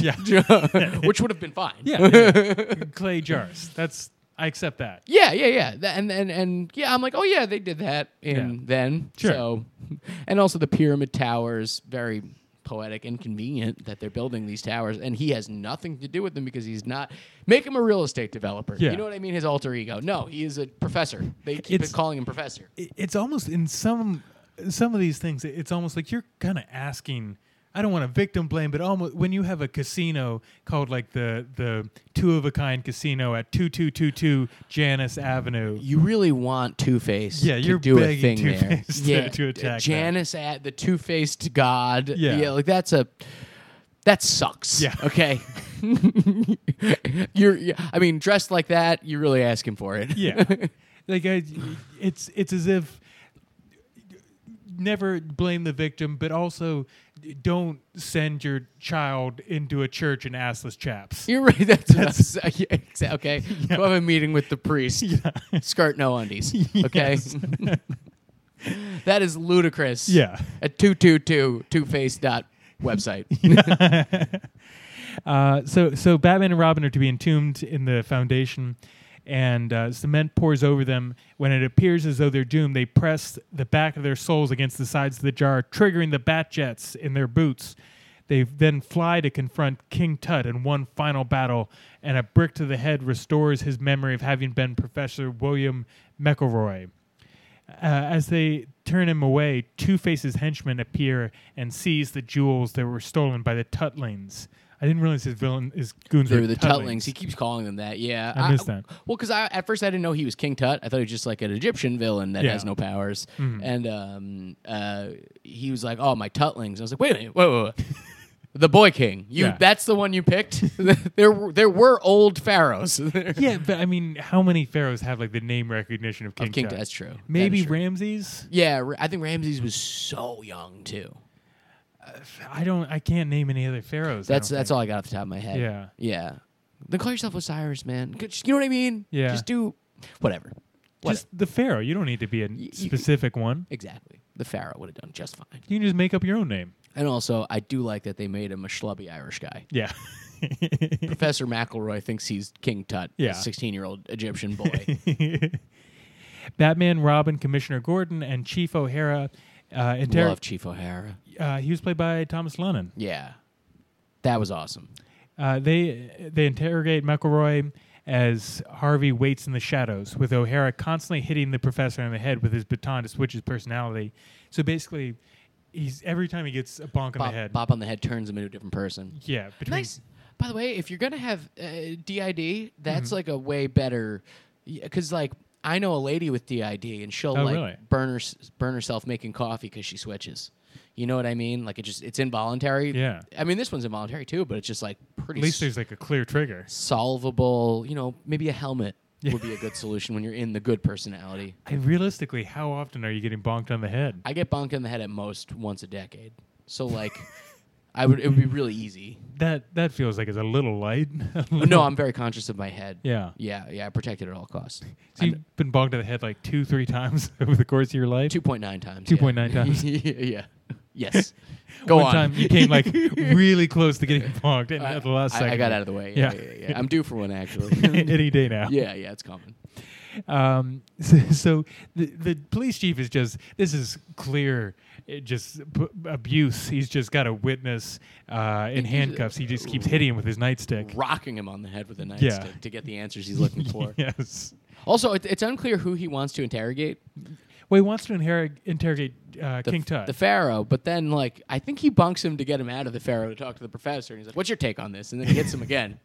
S2: [laughs] Yeah.
S1: [laughs] which would have been fine.
S2: Yeah, [laughs] yeah. clay jars. That's I accept that.
S1: Yeah, yeah, yeah. Tha- and and and yeah, I'm like, oh yeah, they did that in
S2: Yeah.
S1: then.
S2: Sure.
S1: So, [laughs] and also the pyramid towers, very poetic and convenient that they're building these towers, and he has nothing to do with them because he's not. Make him a real estate developer.
S2: Yeah.
S1: You know what I mean? His alter ego. No, he is a professor. They keep
S2: It's-
S1: it calling him professor.
S2: It- It's almost in some some of these things. It's almost like you're kind of asking. I don't want to victim blame, but almost when you have a casino called like the the two of a kind casino at two two two two Janice Avenue.
S1: You really want Two Face?
S2: Yeah, you're
S1: to do a
S2: begging
S1: thing there.
S2: Two-Face to-
S1: yeah,
S2: to attack
S1: Janice at the Two Faced God.
S2: Yeah.
S1: yeah, like that's a that sucks.
S2: Yeah.
S1: [laughs] okay. you're, yeah, I mean, dressed like that, you're really asking for it.
S2: Yeah, [laughs] like I, it's it's as if never blame the victim, but also don't send your child into a church in assless chaps.
S1: [laughs] You're right. That's, that's [laughs] yeah, exa- okay. Go have a meeting with the priest. Skirt no undies. Okay. that is
S2: [laughs]
S1: ludicrous.
S2: Yeah.
S1: At 222 two-face dot website.
S2: [laughs] Uh, so so Batman and Robin are to be entombed in the foundation, and uh, cement pours over them. When it appears as though they're doomed, they press the back of their souls against the sides of the jar, triggering the bat jets in their boots. They then fly to confront King Tut in one final battle, and a brick to the head restores his memory of having been Professor William McElroy. Uh, as they turn him away, Two Face's henchmen appear and seize the jewels that were stolen by the Tutlings. I didn't realize his villain, his goons
S1: They
S2: were
S1: were the
S2: Tutlings.
S1: Tutlings. He keeps calling them that. Yeah,
S2: I missed that.
S1: Well, because I at first I didn't know he was King Tut. I thought he was just like an Egyptian villain that
S2: Yeah. Mm-hmm.
S1: has no powers. And um, uh, he was like, "Oh, my Tutlings." I was like, "Wait [laughs] a minute, whoa, whoa, whoa. the boy king. You
S2: Yeah.
S1: that's the one you picked. [laughs] there, were, there were old pharaohs. [laughs]
S2: [laughs] yeah, but I mean, how many pharaohs have like the name recognition of King,
S1: King
S2: Tut?
S1: Tut. That's true. That
S2: Maybe
S1: is true.
S2: Ramses.
S1: Yeah, Ra- I think Ramses was so young too.
S2: I don't. I can't name any other pharaohs. I
S1: That's
S2: don't
S1: that's all I got off the top of my head.
S2: Yeah.
S1: yeah. Then call yourself Osiris, man. Just- You know what I mean?
S2: Yeah.
S1: Just do whatever. What-
S2: Just the Pharaoh. You don't need to be a
S1: you-
S2: specific one.
S1: exactly. The Pharaoh would have done just fine.
S2: You can just make up your own name.
S1: And also, I do like that they made him a schlubby
S2: [laughs]
S1: Irish guy.
S2: Yeah.
S1: Professor McElroy thinks he's King Tut,
S2: Yeah.
S1: a 16 year
S2: [laughs]
S1: old Egyptian boy.
S2: Batman, Robin, Commissioner Gordon, and Chief O'Hara. Uh, inter-
S1: Love Chief O'Hara.
S2: uh, he was played by Thomas Lennon.
S1: Yeah. That was awesome.
S2: Uh, they they interrogate McElroy as Harvey waits in the shadows, with O'Hara constantly hitting the professor on the head with his baton to switch his personality. So basically, he's every time he gets a bonk on
S1: Bop,
S2: the head.
S1: bop on the head turns him into a different person.
S2: Yeah, between
S1: Nice. By the way, if you're gonna have uh, DID,
S2: Mm-hmm.
S1: that's like a way better, because like I know a lady with DID and she'll
S2: Oh,
S1: like
S2: really?
S1: burn her, burn herself making coffee because she switches. You know what I mean? Like it just it's involuntary.
S2: Yeah.
S1: I mean this one's involuntary too, but it's just like pretty
S2: at least
S1: s-
S2: there's like a clear trigger.
S1: solvable. You know, maybe a helmet would be a good solution when you're in the good personality.
S2: I, realistically, how often are you getting bonked on the head?
S1: I get bonked in the head at most once a decade, so like I would it would be
S2: [laughs]
S1: really easy.
S2: That that feels like it's a little light.
S1: [laughs] No, I'm very conscious of my head.
S2: [laughs] yeah.
S1: Yeah, yeah, I protect it at all costs.
S2: [laughs] So
S1: I'm-
S2: you've been bonked on the head like two, three times [laughs] over the course of your life.
S1: Two point nine times. [laughs]
S2: 2.9
S1: yeah.
S2: times.
S1: yeah.
S2: [laughs]
S1: Yes. Go
S2: One
S1: on.
S2: time you
S1: [laughs]
S2: came like really close to getting bonked, and
S1: I-
S2: at the last
S1: I,
S2: second,
S1: I got out of the way. Yeah,
S2: Yeah.
S1: yeah, yeah, I'm due for one actually.
S2: [laughs] any day now.
S1: [laughs] yeah, yeah, it's common.
S2: Um, [laughs] so, so the, the police chief is just this is clear, it just p- abuse. He's just got a witness uh, in handcuffs. He just
S1: uh,
S2: keeps hitting him with his nightstick.
S1: Rocking him on the head with a
S2: Yeah.
S1: nightstick to get the answers he's
S2: [laughs]
S1: looking for.
S2: yes.
S1: Also, it, it's unclear who he wants to interrogate.
S2: Well, he wants to inherit, interrogate uh,
S1: The,
S2: King Tut.
S1: the Pharaoh, but then like I think he bunks him to get him out of the Pharaoh to talk to the professor, and he's like, "What's your take on this?" And then he hits him again.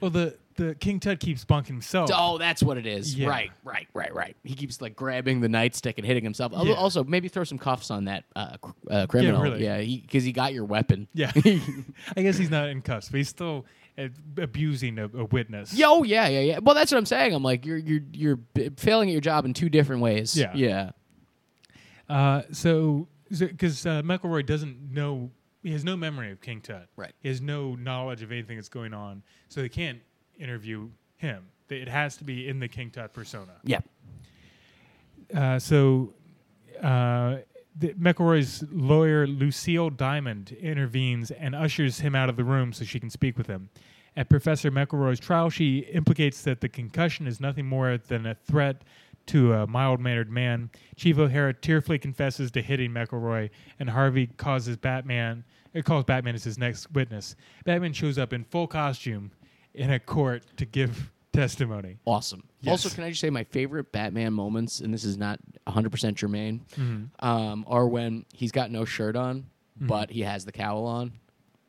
S2: well, the, the King Tut keeps bunking himself.
S1: Oh, that's what it is.
S2: Yeah.
S1: Right, right, right, right. He keeps like grabbing the nightstick and hitting himself. Al-
S2: Yeah.
S1: Also, maybe throw some cuffs on that uh, cr- uh, criminal. Yeah,
S2: really.
S1: because he, got your weapon.
S2: Yeah. [laughs] I guess he's not in cuffs, but he's still uh, abusing a, a witness.
S1: Yo, yeah, yeah, yeah. Well, that's what I'm saying. I'm like, you're you're you're b- failing at your job in two different ways.
S2: Yeah.
S1: yeah.
S2: Uh, so, because uh, McElroy doesn't know, he has no memory of King Tut.
S1: Right.
S2: He has no knowledge of anything that's going on, so they can't interview him. They- It has to be in the King Tut persona.
S1: Yeah.
S2: Uh, so, uh, the, McElroy's lawyer Lucille Diamond intervenes and ushers him out of the room so she can speak with him. At Professor McElroy's trial, she implicates that the concussion is nothing more than a threat to a mild mannered man. Chief O'Hara tearfully confesses to hitting McElroy, and Harvey causes Batman. It calls Batman as his next witness. Batman shows up in full costume in a court to give testimony.
S1: Awesome.
S2: Yes.
S1: Also, can I just say my favorite Batman moments, and this is not 100% germane, um, are when he's got no shirt on,
S2: Mm-hmm.
S1: but he has the cowl on.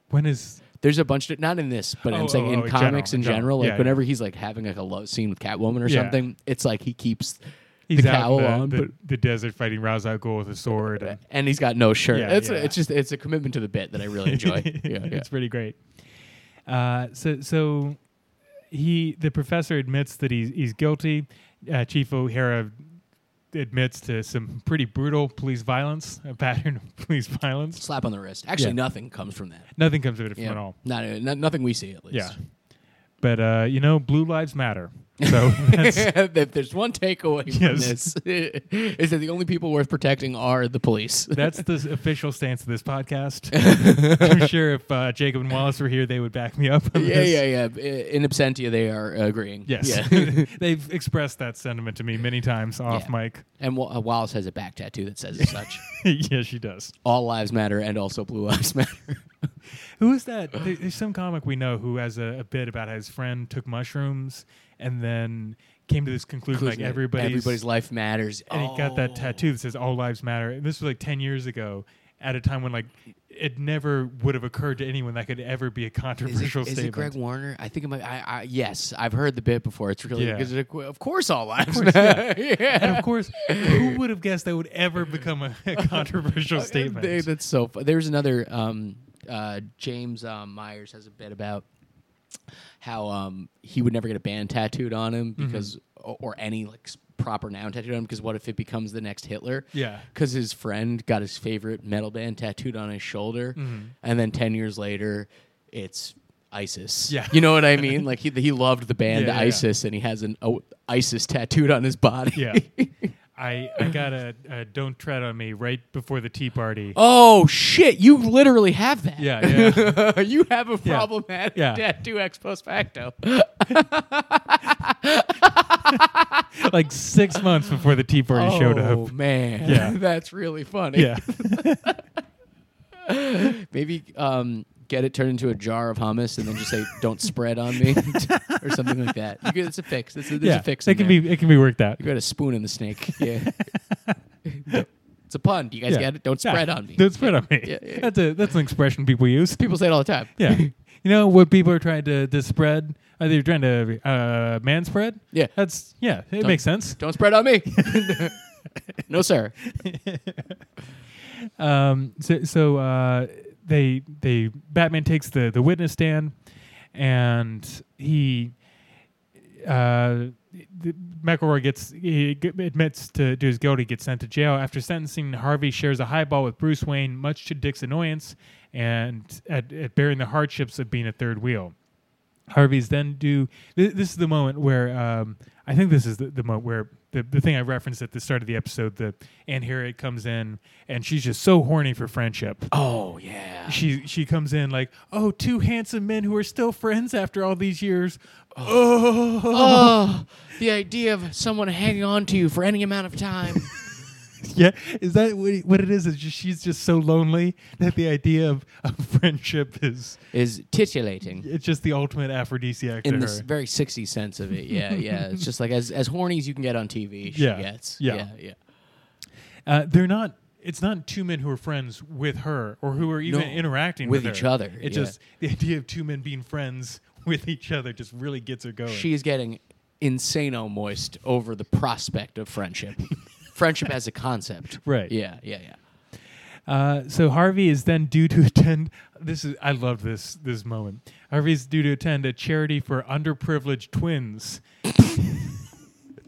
S2: When is
S1: There's a bunch of not in this, but
S2: Oh,
S1: I'm saying
S2: oh,
S1: in
S2: oh, in general,
S1: comics
S2: in
S1: in
S2: general.
S1: general, like
S2: Yeah,
S1: whenever he's like having like a love scene with Catwoman or
S2: Yeah.
S1: something, it's like he keeps
S2: He's
S1: the
S2: out in
S1: cowl
S2: the,
S1: on,
S2: the,
S1: but
S2: the desert fighting Ra's al Ghul with a sword. And
S1: and he's got no shirt.
S2: Yeah,
S1: it's
S2: yeah.
S1: it's just it's a commitment to the bit that
S2: [laughs]
S1: I [laughs] really enjoy. yeah, yeah.
S2: it's pretty great. Uh, so so he the professor admits that he's he's guilty. Uh, Chief O'Hara admits to some pretty brutal police violence, a pattern of [laughs] police violence.
S1: slap on the wrist. Actually,
S2: Yeah.
S1: nothing comes from that.
S2: Nothing comes of it
S1: Yeah.
S2: at all.
S1: Not, not nothing we see at least. [laughs]
S2: Yeah. But uh, you know, blue lives matter. So that's,
S1: if there's one takeaway
S2: Yes.
S1: from this, [laughs] is that the only people worth protecting are
S2: [laughs]
S1: the police.
S2: that's the s- official stance of this podcast.
S1: [laughs]
S2: I'm sure if uh, Jacob and Wallace were here, they would back me up. On
S1: yeah,
S2: this.
S1: yeah, yeah. In absentia, they are agreeing.
S2: Yes.
S1: Yeah. [laughs]
S2: [laughs] They've expressed that sentiment to me many times off
S1: Yeah.
S2: mic. [laughs]
S1: and Wa- uh, Wallace has a back tattoo that says as such.
S2: yeah, she does.
S1: All lives matter, and also blue lives [laughs] matter.
S2: Who is that? There- There's some comic we know who has a, a bit about how his friend took mushrooms and then came to this conclusion [laughs] like everybody's,
S1: everybody's Oh. life matters.
S2: and he got that tattoo that says all lives matter. And this was like 10 years ago at a time when like it never would have occurred to anyone that could ever be a
S1: Oh. Is it,
S2: controversial
S1: is it
S2: statement.
S1: Greg Warner? I think it might. I, I, yes, I've heard the bit before. It's really
S2: Yeah.
S1: because it- of course all lives
S2: course,
S1: matter. [laughs] Yeah.
S2: [laughs] and of course, who would have guessed that would ever become a, a controversial statement?
S1: [laughs] They- that's so. Fu- There's another um, uh, James um, Myers has a bit about how um, he would never get a band tattooed on him
S2: Mm-hmm.
S1: because, o- or any like s- proper noun tattooed on him because what if it becomes the next Hitler?
S2: Yeah.
S1: Because his friend got
S2: Mm-hmm.
S1: his favorite metal band tattooed on his shoulder, and then ten years later, it's ISIS.
S2: Yeah.
S1: you know what I mean. Like he he loved the band
S2: Yeah, yeah, yeah.
S1: ISIS, and he has an o- ISIS tattooed on his body. [laughs]
S2: Yeah. I, I got a, a Don't Tread on Me right before the Tea Party.
S1: [laughs] Oh shit! You literally have that.
S2: Yeah, yeah.
S1: [laughs] you have a problematic
S2: yeah.
S1: tattoo ex post facto.
S2: like six months before the Tea Party showed
S1: Oh [laughs]
S2: up.
S1: man,
S2: Yeah.
S1: that's really funny.
S2: Yeah.
S1: Maybe um, get it turned into a jar of hummus and then just say "Don't spread on me" [laughs] or something like that. You get, it's a fix. It's a, there's
S2: yeah.
S1: a fix.
S2: It
S1: in
S2: can
S1: there.
S2: be it can be worked out.
S1: You got a spoon in
S2: [laughs]
S1: the snake. Yeah. it's a pun. Do you guys
S2: Yeah.
S1: get it? Don't
S2: Yeah.
S1: spread on me.
S2: Don't spread on me.
S1: Yeah, yeah.
S2: That's a that's an expression people
S1: [laughs]
S2: use.
S1: People say it all the time.
S2: Yeah. you know what people are trying to, to spread? Are they trying to uh, man spread?
S1: [laughs] Yeah.
S2: That's yeah, it makes sense.
S1: Don't
S2: [laughs]
S1: spread on me. no, sir.
S2: Um, so so uh, they they Batman takes the the witness stand, and he uh, the- McElroy gets he g- admits to, to his guilt. He gets sent to jail after sentencing. Harvey shares a highball with Bruce Wayne, much to Dick's annoyance, and at, at bearing the hardships of being a third wheel. Harvey's then do. Th- this is the moment where um, I think this is the, the moment where the, the thing I referenced at the start of the episode, the Anne Harriet comes in and she's just so horny for friendship.
S1: Oh yeah.
S2: She she comes in like, oh, two handsome men who are still friends after all these years. Oh,
S1: [laughs]
S2: [laughs]
S1: Oh, the idea of someone hanging on to you for any amount
S2: [laughs]
S1: of time.
S2: yeah. Is that what it- what it is? Is just, she's just so lonely that the idea of, of friendship is
S1: is titillating
S2: it's just the ultimate aphrodisiac to
S1: in
S2: her.
S1: this very 60 sense of it.
S2: [laughs]
S1: Yeah, yeah. It's just like as as horny as you can get on TV. She
S2: Yeah,
S1: gets.
S2: yeah.
S1: yeah, yeah.
S2: uh, they're not it's not two men who are friends with her or who are even
S1: No,
S2: interacting
S1: with
S2: with,
S1: each
S2: her.
S1: other,
S2: It
S1: yeah.
S2: just the idea of two men being friends [laughs] with each other just really gets her going.
S1: She is getting insano moist over the prospect
S2: [laughs]
S1: of friendship. friendship as a concept.
S2: Right.
S1: Yeah, yeah, yeah.
S2: Uh, so Harvey is then due to attend. This is I love this this moment. Harvey's due to attend a charity for underprivileged twins.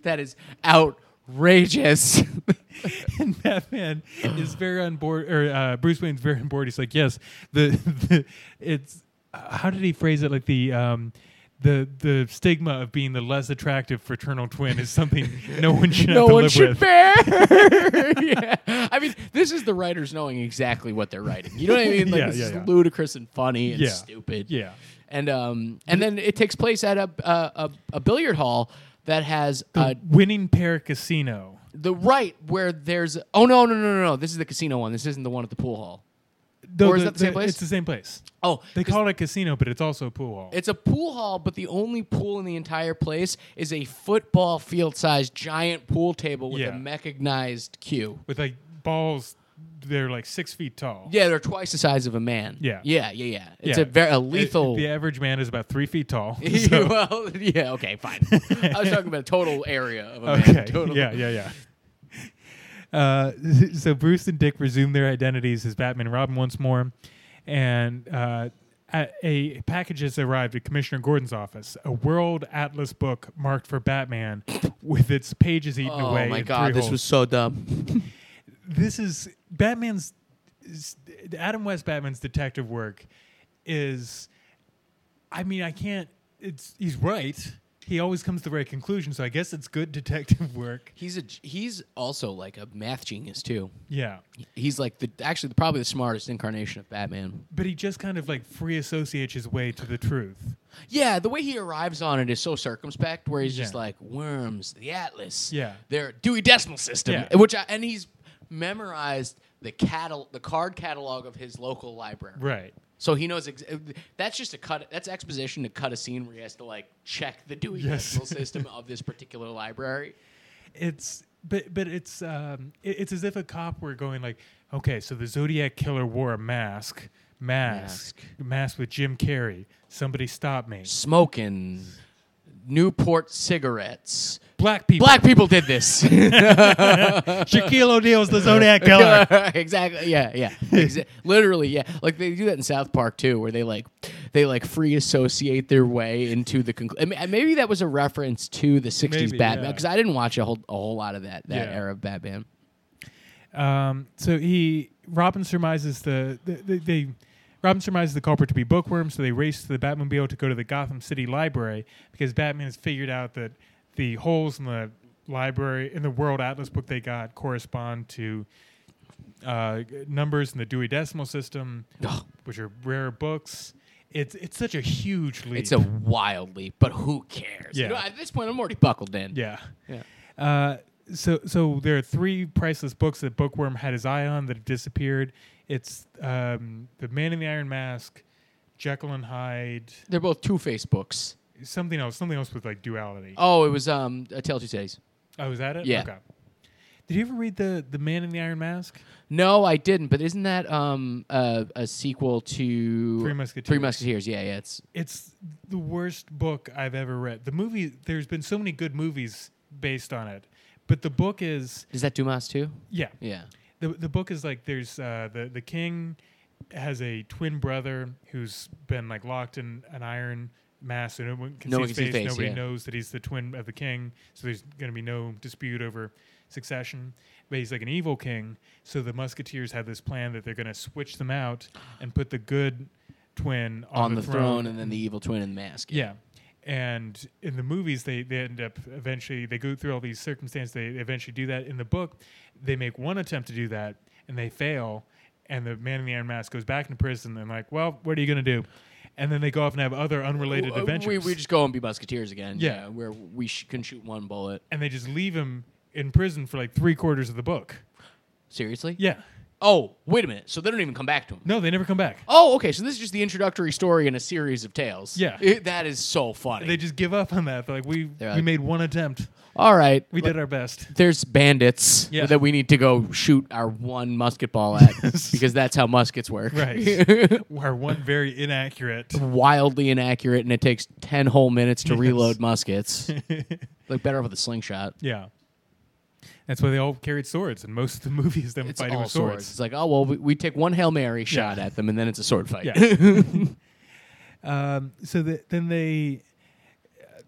S1: That is outrageous.
S2: [laughs] and Batman is very on board, or uh, Bruce Wayne's very on board. He's like, yes, the, the it's uh, how did he phrase it? Like the um, the the stigma of being the less attractive fraternal twin is something
S1: [laughs]
S2: no one should
S1: [laughs]
S2: have
S1: no
S2: to
S1: one
S2: live
S1: should
S2: with.
S1: bear.
S2: [laughs]
S1: yeah. I mean, this is the writers knowing exactly what they're writing. You know what I mean? Like
S2: Yeah,
S1: this
S2: yeah,
S1: is
S2: yeah.
S1: ludicrous and funny and
S2: Yeah.
S1: stupid.
S2: Yeah.
S1: And um and then it takes place at a a, a, a billiard hall that has uh,
S2: Winning pair casino.
S1: the right where there's oh no no no no no this is the casino one this isn't the one at the pool hall
S2: No,
S1: Or is that the same place?
S2: It's the same place.
S1: oh
S2: They
S1: 'cause
S2: call it a casino, but it's also a pool hall.
S1: It's a pool hall, but the only pool in the entire place is a football field sized giant pool table with
S2: Yeah.
S1: a mechanized cue.
S2: with like balls, they're like six feet tall.
S1: Yeah, they're twice the size of a man.
S2: Yeah.
S1: Yeah, yeah, yeah. It's
S2: Yeah.
S1: a very a
S2: It-
S1: lethal.
S2: the average man is about three feet
S1: [laughs]
S2: tall. so-
S1: well, yeah, okay, fine. I was talking about a total area of a man. [laughs]
S2: Okay.
S1: Total.
S2: Yeah, yeah, yeah. Uh, [laughs] so Bruce and Dick resume their identities as Batman and Robin once more, and uh, a, a package has arrived at Commissioner Gordon's office. A World Atlas book marked for Batman, with its pages eaten
S1: Oh
S2: away.
S1: my
S2: in
S1: god,
S2: three
S1: this
S2: holes.
S1: was so dumb.
S2: this is Batman's is- Adam West Batman's detective work is. I mean, I can't. It's he's right. He always comes to the right conclusion, so I guess it's good [laughs] detective work.
S1: He's a he's also like a math genius too.
S2: Yeah.
S1: He's like the actually probably the smartest incarnation of Batman.
S2: But he just kind of like free associates his way to the truth.
S1: Yeah, the way he arrives on it is so circumspect, where he's just
S2: Yeah.
S1: like worms, the atlas,
S2: Yeah.
S1: their Dewey Decimal System,
S2: Yeah.
S1: which I, and he's memorized the catal the card catalog of his local library,
S2: Right.
S1: so he knows ex- that's just a cut. That's exposition to cut a scene where he has to like check the Dewey
S2: Yes.
S1: Decimal System of this particular library.
S2: It's but but it's um it- it's as if a cop were going like, okay, so the Zodiac killer wore a mask, mask, mask, with Jim Carrey. Somebody stop me.
S1: Smoking Newport cigarettes.
S2: Black people.
S1: Black people did
S2: [laughs]
S1: this.
S2: Shaquille O'Neal's [laughs] the Zodiac killer.
S1: [laughs] exactly. Yeah, yeah. Exa- literally, yeah. Like they do that in South Park too, where they like they like free associate their way into the conclusion. Maybe that was a reference to the '60s
S2: Maybe,
S1: Batman
S2: yeah.
S1: because I didn't watch a whole a whole lot of that that
S2: Yeah.
S1: era of Batman.
S2: Um, so he Robin surmises the, the, the they Robin surmises the culprit to be Bookworm, so they race to the Batmobile to go to the Gotham City Library because Batman has figured out that the holes in the library in the World Atlas book they got correspond to uh, numbers in the Dewey Decimal System,
S1: Ugh.
S2: which are rare books. It's it's such a huge leap.
S1: It's a wild leap, but who cares?
S2: Yeah.
S1: You know, at this point, I'm already buckled in.
S2: yeah.
S1: Yeah.
S2: Uh, so so there are three priceless books that Bookworm had his eye on that have disappeared. It's um, the Man in the Iron Mask, Jekyll and Hyde,
S1: They're both Two Face books.
S2: something else, something else with like duality.
S1: Oh, it was um, A Tale of Two Cities.
S2: Oh, is that it?
S1: Yeah.
S2: Okay. Did you ever read the the Man in the Iron Mask?
S1: No, I didn't. But isn't that um a, a sequel to
S2: Three Musketeers.
S1: Three Musketeers? Yeah, yeah. It's
S2: It's the worst book I've ever read. The movie, there's been so many good movies based on it, but the book is
S1: is that Dumas too?
S2: yeah.
S1: Yeah.
S2: The the book is like there's uh, the the king has a twin brother who's been like locked in an iron mask, so no one can
S1: No
S2: see
S1: one
S2: his
S1: can see
S2: face.
S1: his face,
S2: Nobody
S1: yeah.
S2: knows that he's the twin of the king, so there's going to be no dispute over succession. But he's like an evil king, so the musketeers have this plan that they're going to switch them out and put the good twin on,
S1: On, the, throne. and then the evil twin in the mask.
S2: yeah. And in the movies, they, they end up eventually, they go through all these circumstances. They eventually do that. In the book, they make one attempt to do that and they fail. And the man in the iron mask goes back into prison and, like, well, what are you going to do? And then they go off and have other unrelated
S1: W-
S2: adventures.
S1: Uh, We, we just go and be musketeers again.
S2: Yeah.
S1: where we sh- can shoot one bullet.
S2: and they just leave him in prison for like three quarters of the book.
S1: Seriously?
S2: Yeah.
S1: Oh, wait a minute. So they don't even come back to him.
S2: No, they never come back.
S1: Oh, okay. So this is just the introductory story in a series of tales.
S2: Yeah.
S1: It- that is so funny.
S2: They just give up on that. They're like, we,
S1: They're
S2: we
S1: like-
S2: made one attempt,
S1: All right.
S2: we
S1: Look,
S2: did our
S1: [laughs]
S2: best.
S1: There's bandits
S2: Yeah.
S1: that we need to go shoot our one musket
S2: [laughs]
S1: ball at because that's how muskets work.
S2: Right. Our one very inaccurate.
S1: [laughs] Wildly inaccurate, and it takes 10 whole minutes to
S2: Yes. [laughs]
S1: reload muskets. like, better off with a slingshot.
S2: Yeah. That's why they all carried swords, and most of the [laughs] movie is them
S1: It's
S2: fighting
S1: all
S2: with swords.
S1: It's like, oh, well, we, we take one Hail Mary shot at them, and then it's a sword fight.
S2: Yeah. um, so the, then they,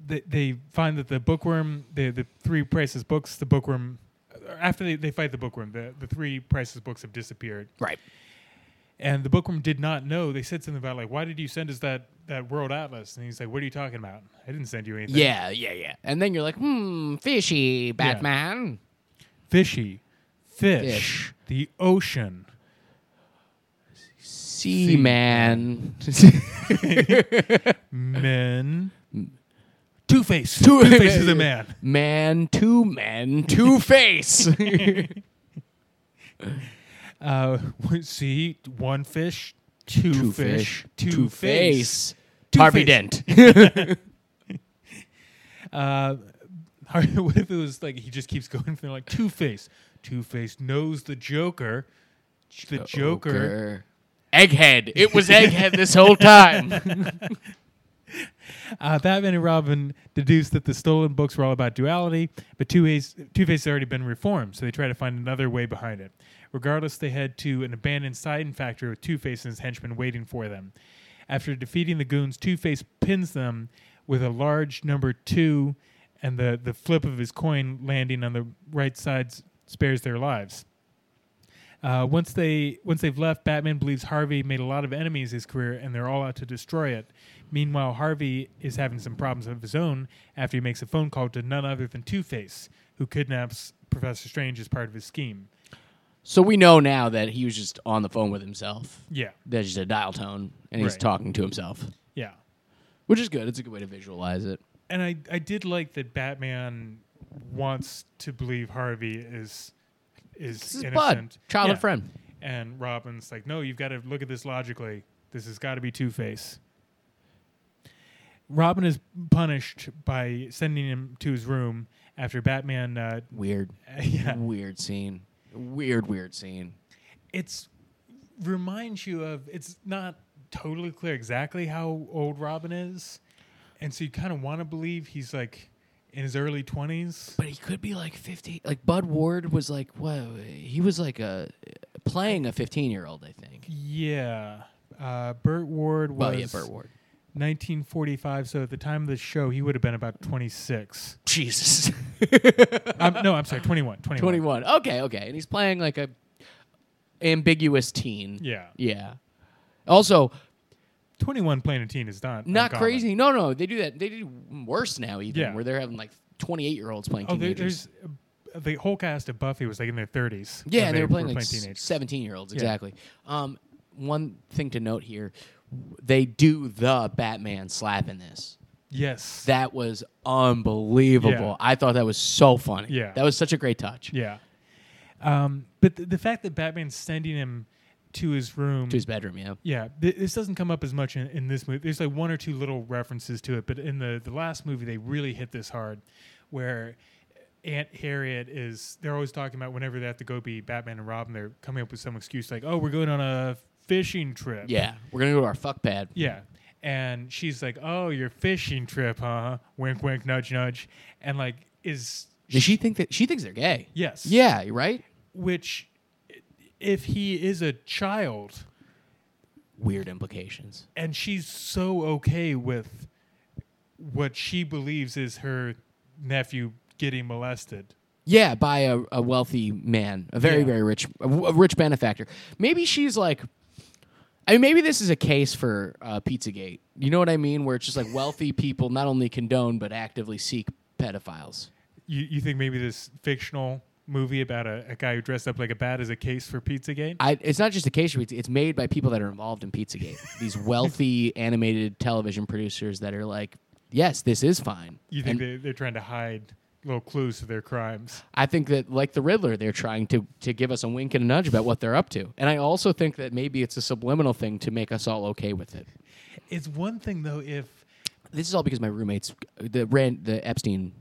S2: they they find that the bookworm, the the three priceless books, the bookworm, uh, after they, they fight the bookworm, the, the three priceless books have disappeared,
S1: [laughs] right.
S2: and the bookworm did not know. They said something about like, why did you send us that that world atlas? And he's like, what are you talking about? I didn't send you anything.
S1: Yeah, yeah, yeah. And then you're like, hmm, fishy, Batman.
S2: fishy, fish,
S1: Fish. Uh,
S2: the ocean.
S1: Seaman. [laughs]
S2: men. Two Face.
S1: Two-
S2: Two Face is a man.
S1: man, two men,
S2: [laughs]
S1: two face.
S2: Uh, [laughs] one- see, one fish, two, fish, two, face. Two
S1: Harvey
S2: face.
S1: Dent.
S2: Uh, [laughs] Har- what if it was like he just keeps [laughs] going? They're like Two Face. Two Face knows the Joker. The Joker.
S1: Egghead. It was Egghead this whole time. [laughs]
S2: Uh, Batman and Robin deduce that the stolen books were all about duality, but Two Face Two Face had already been reformed, so they try to find another way behind it. Regardless, they head to an abandoned siding factory with Two Face and his henchmen waiting for them. After defeating the goons, Two Face pins them with a large number two, and the, the flip of his coin landing on the right side spares their lives. Uh, once they once they've left, Batman believes Harvey made a lot of enemies his career, and they're all out to destroy it. Meanwhile, Harvey is having some problems of his own after he makes a phone call to none other than Two Face, who kidnaps Professor Strange as part of his scheme.
S1: so we know now that he was just on the phone with himself.
S2: Yeah,
S1: That's just a dial tone, and he's
S2: Right.
S1: talking to himself,
S2: yeah.
S1: which is good. It's a good way to visualize it.
S2: And I I did like that Batman wants to believe Harvey is is
S1: This is Bud,
S2: innocent,
S1: childhood
S2: Yeah.
S1: friend.
S2: And Robin's like, no, you've got to look at this logically. This has got to be Two Face. Robin is punished by sending him to his room after Batman. Uh,
S1: Weird.
S2: [laughs] yeah,
S1: Weird scene. Weird, weird scene.
S2: it's reminds you of. It's not totally clear exactly how old Robin is, and so you kind of want to believe he's like in his early twenties.
S1: But he could be like 50. Like Bud Ward was like, whoa, he was like a playing a 15 year old, I think.
S2: Yeah, uh, Burt Ward was
S1: Well, yeah, Burt Ward.
S2: 1945. So at the time of the show, he would have been about 26.
S1: [laughs] Jesus.
S2: I'm, no, I'm sorry, 21. 21.
S1: 21. Okay, okay. And he's playing like a ambiguous teen.
S2: Yeah.
S1: Yeah. Also,
S2: 21 Planetine is not
S1: not
S2: uncommon.
S1: crazy. No, no, they do that. They do worse now, even
S2: Yeah.
S1: where they're having like 28 year olds playing
S2: Oh, there,
S1: teenagers.
S2: there's uh, the whole cast of Buffy was like in their 30s.
S1: yeah,
S2: when
S1: and they, were playing like
S2: teenagers.
S1: 17 year olds exactly. Um, one thing to note here, they do the Batman slap in this.
S2: Yes.
S1: That was unbelievable.
S2: Yeah.
S1: I thought that was so funny.
S2: Yeah.
S1: that was such a great touch
S2: yeah. Um, but the, the fact that Batman's sending him to his room.
S1: to his bedroom. Yeah,
S2: yeah, th- this doesn't come up as much in, in this movie. There's like one or two little references to it, but in the, the last movie, they really hit this hard where Aunt Harriet is, they're always talking about whenever they have to go be Batman and Robin, they're coming up with some excuse like, oh, we're going on a fishing trip.
S1: yeah. We're gonna go to our fuck pad.
S2: Yeah. And she's like, "Oh, your fishing trip, huh?" Wink, wink, nudge, nudge. And like, is
S1: Does she think that she thinks they're gay?
S2: yes,
S1: Yeah, you're right.
S2: Which, if he is a child,
S1: Weird implications.
S2: and she's so okay with what she believes is her nephew getting molested,
S1: Yeah, by a, a wealthy man, a very
S2: Yeah.
S1: very rich, a, w- a rich benefactor. Maybe she's like, I mean, maybe this is a case for uh, PizzaGate. You know what I mean? Where it's just like wealthy people not only condone but actively seek pedophiles.
S2: you you think maybe this fictional movie about a, a guy who dressed up like a bat is a case for Pizzagate?
S1: I, it's not just a case for pizza. It's made by people that are involved
S2: [laughs]
S1: in PizzaGate. These wealthy animated television producers that are like, yes, this is fine.
S2: You think
S1: And
S2: they, they're trying to hide little clues to their crimes?
S1: I think that like the Riddler, they're trying to to give us a wink and a nudge about what they're up to. And I also think that maybe it's a subliminal thing to make us all okay with it.
S2: It's one thing though if
S1: This is all because my roommate's the Rand, the Epstein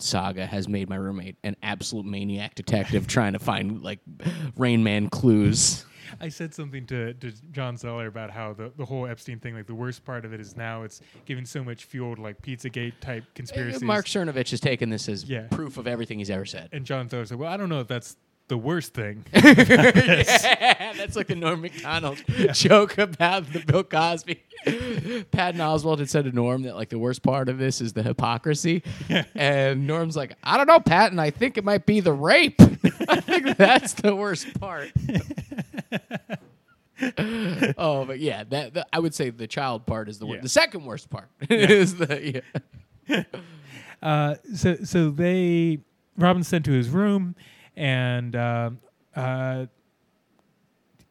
S1: saga has made my roommate an absolute maniac detective trying to find like Rain Man clues.
S2: I said something to, to John Zeller about how the, the whole Epstein thing, like the worst part of it is now it's giving so much fuel to like Pizzagate type conspiracies.
S1: Mark Cernovich has taken this as
S2: Yeah.
S1: proof of everything he's ever said.
S2: and John Zeller said, Well, I don't know if that's the worst thing.
S1: [laughs] That's like the Norm [laughs] McDonald joke about the Bill Cosby. Patton Oswald had said to Norm that like the worst part of this is the hypocrisy, and Norm's like, I don't know, Patton. I think it might be the rape. [laughs] I think that's the worst [laughs] part. oh, but yeah, that, that- I would say the child part is the worst.
S2: Yeah.
S1: The second worst part [laughs] is the yeah.
S2: uh, so, so they, Robin's sent to his room, and um, uh,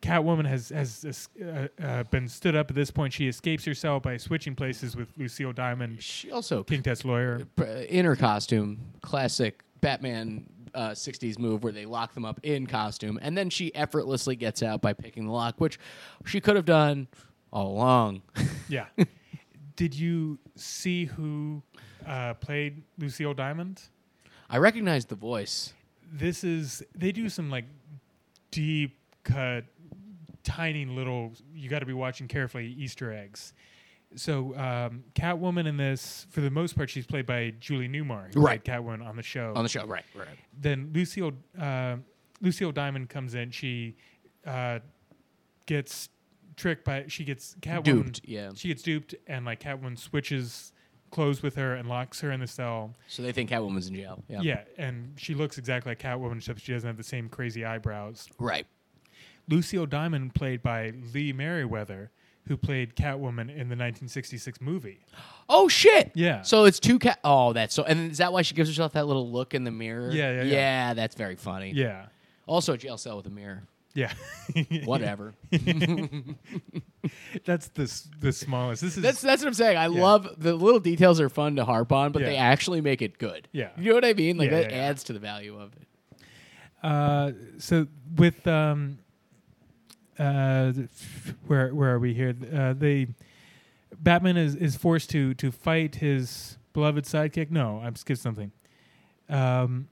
S2: Catwoman has, has uh, uh, been stood up at this point. She escapes her cell by switching places with Lucille Diamond,
S1: She also
S2: King Tut's lawyer.
S1: pr- in her costume, classic Batman uh, 60s move where they lock them up in costume, and then she effortlessly gets out by picking the lock, which she could have done all along. [laughs]
S2: Yeah. Did you see who uh, played Lucille Diamond?
S1: I recognize the voice.
S2: This is they do some like deep cut, tiny little. You got to be watching carefully Easter eggs. So um, Catwoman in this, for the most part, she's played by Julie Newmar, who
S1: Right.
S2: played Catwoman on the show.
S1: On the show, right, right.
S2: then Lucille uh, Lucille Diamond comes in. She uh, gets tricked by she gets Catwoman.
S1: Duped, yeah.
S2: She gets duped, and like Catwoman switches clothes with her and locks her in the cell.
S1: So they think Catwoman's in jail. Yeah.
S2: Yeah, and she looks exactly like Catwoman, except she doesn't have the same crazy eyebrows.
S1: Right.
S2: Lucille Diamond, played by Lee Merriweather, who played Catwoman in the 1966 movie.
S1: Oh, shit.
S2: Yeah.
S1: So it's two cat. Oh, that's so. And is that why she gives herself that little look in the mirror?
S2: Yeah, yeah, yeah.
S1: Yeah, that's very funny.
S2: Yeah,
S1: Also, a jail cell with
S2: [laughs]
S1: a mirror.
S2: yeah.
S1: Whatever.
S2: That's the s- the smallest. This is
S1: That's that's what I'm saying. I love the little details are fun to harp on, but
S2: Yeah.
S1: they actually make it good.
S2: Yeah.
S1: you know what I mean. Like
S2: Yeah,
S1: that
S2: yeah, yeah.
S1: adds to the value of it.
S2: Uh, so with um, uh, th- where where are we here? Uh, they Batman is, is forced to to fight his beloved sidekick. No, I'm skipped something. Um,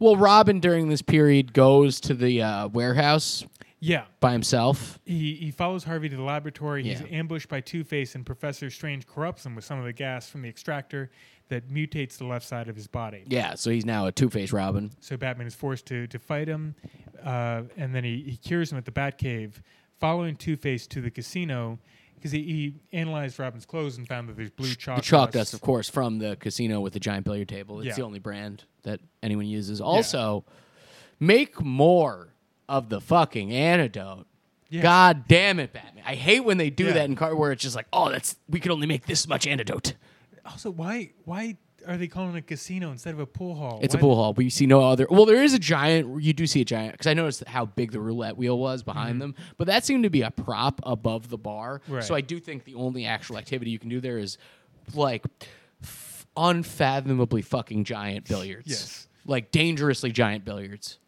S1: Well, Robin during this period goes to the uh, warehouse
S2: yeah,
S1: by himself.
S2: he he follows Harvey to the laboratory.
S1: Yeah.
S2: He's ambushed by Two Face, and Professor Strange corrupts him with some of the gas from the extractor that mutates the left side of his body.
S1: Yeah, so he's now a Two Face Robin.
S2: So Batman is forced to to fight him, uh, and then he, he cures him at the Batcave, following Two Face to the casino because he, he analyzed Robin's clothes and found that there's blue chalk.
S1: The chalk
S2: dust.
S1: dust, of course, from the casino with the giant billiard table. It's
S2: Yeah.
S1: the only brand that anyone uses. Also, make more of the fucking antidote.
S2: Yeah.
S1: God damn it, Batman! I hate when they do
S2: Yeah.
S1: that in car where it's just like, oh, that's we could only make this much antidote.
S2: Also, why why are they calling it a casino instead of a pool hall?
S1: It's
S2: Why-
S1: a pool hall, but you see no other. Well, there is a giant. You do see a giant because I noticed how big the roulette wheel was behind them, but that seemed to be a prop above the bar.
S2: Mm-hmm. Right.
S1: So I do think the only actual activity you can do there is like f- unfathomably fucking giant billiards.
S2: Yes.
S1: Like dangerously giant billiards.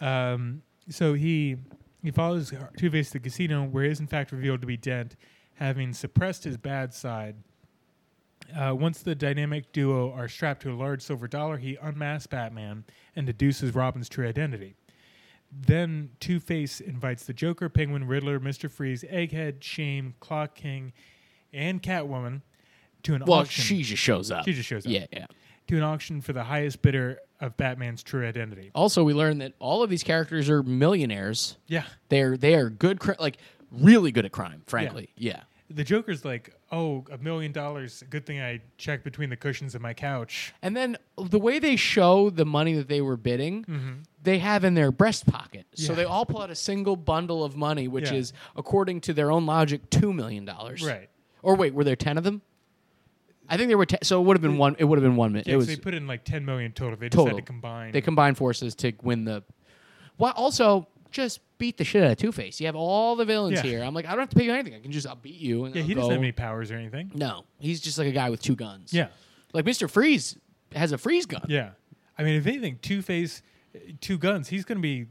S2: Um, so he he follows Two Face to the casino, where he is in fact revealed to be Dent, having suppressed his bad side. Uh, once the dynamic duo are strapped to a large silver dollar, he unmasks Batman and deduces Robin's true identity. Then Two Face invites the Joker, Penguin, Riddler, Mister Freeze, Egghead, Shame, Clock King, and Catwoman to an
S1: Well,
S2: auction
S1: she just shows up.
S2: She just shows up.
S1: Yeah, yeah.
S2: to an auction for the highest bidder of Batman's true identity.
S1: Also, we learned that all of these characters are millionaires.
S2: Yeah.
S1: They're they are good, cri- like really good at crime. Frankly, yeah.
S2: the Joker's like, oh, a million dollars. Good thing I checked between the cushions of my couch.
S1: And then the way they show the money that they were bidding, they have in their breast pocket. So
S2: Mm-hmm. Yeah.
S1: they all pull out a single bundle of money, which
S2: Yeah.
S1: is, according to their own logic, two million dollars.
S2: Right.
S1: Or wait, were there ten of them? I think there were ten. So it would have been one. It would have been one minute.
S2: Yeah,
S1: it was
S2: so they put in like 10 million total. They just
S1: total.
S2: had to combine.
S1: They combined forces to win the. Why also just beat the shit out of Two Face. You have all the villains
S2: Yeah.
S1: here. I'm like, I don't have to pay you anything. I can just I'll beat you. And
S2: yeah,
S1: I'll
S2: he
S1: go.
S2: doesn't have any powers or anything.
S1: No, he's just like a guy with two guns.
S2: Yeah.
S1: Like Mister Freeze has a freeze gun.
S2: Yeah. I mean, if anything, Two Face, two guns, he's going to be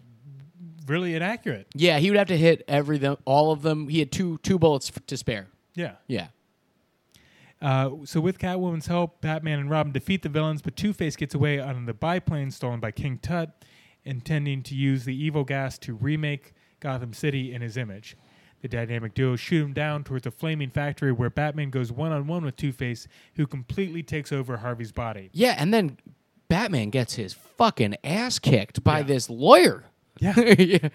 S2: really inaccurate.
S1: Yeah, he would have to hit every them, all of them. He had two two bullets f- to spare.
S2: Yeah.
S1: Yeah,
S2: Uh, so, with Catwoman's help, Batman and Robin defeat the villains, but Two Face gets away on the biplane stolen by King Tut, intending to use the evil gas to remake Gotham City in his image. The dynamic duo shoot him down towards a flaming factory where Batman goes one on one with Two Face, who completely takes over Harvey's body.
S1: yeah, and then Batman gets his fucking ass kicked by
S2: Yeah.
S1: this lawyer.
S2: Yeah.
S1: [laughs] yeah.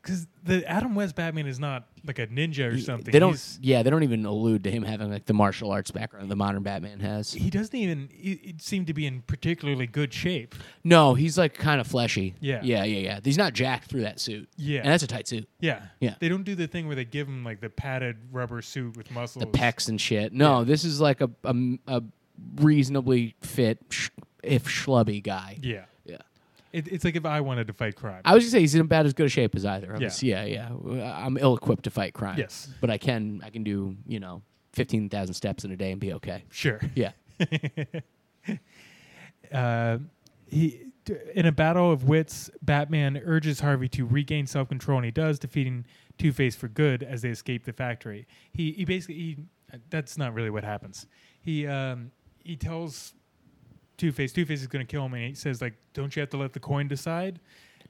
S2: Because the Adam West Batman is not like a ninja or something.
S1: They don't.
S2: He's-
S1: Yeah, they don't even allude to him having like the martial arts background the modern Batman has.
S2: he doesn't even he- he seem to be in particularly good shape.
S1: No, he's like kind of fleshy.
S2: Yeah.
S1: yeah, yeah, yeah. He's not jacked through that suit.
S2: Yeah.
S1: and that's a tight suit.
S2: Yeah.
S1: Yeah.
S2: They don't do the thing where they give him like the padded rubber suit with muscles.
S1: The pecs and shit. No, this is like a a, a reasonably fit, sh- if schlubby guy.
S2: Yeah.
S1: yeah.
S2: It, it's like if I wanted to fight crime.
S1: I was gonna say he's in about as good a shape as either of
S2: Yeah.
S1: us. Yeah, yeah. I'm ill equipped to fight crime.
S2: Yes.
S1: but I can I can do you know fifteen thousand steps in a day and be okay.
S2: sure. [laughs]
S1: Yeah,
S2: Uh, he, d- in a battle of wits, Batman urges Harvey to regain self control, and he does, defeating Two Face for good as they escape the factory. He, he basically he, uh, that's not really what happens. He um, he tells Two Face, Two Face is going to kill him, and he says like, "Don't you have to let the coin decide?"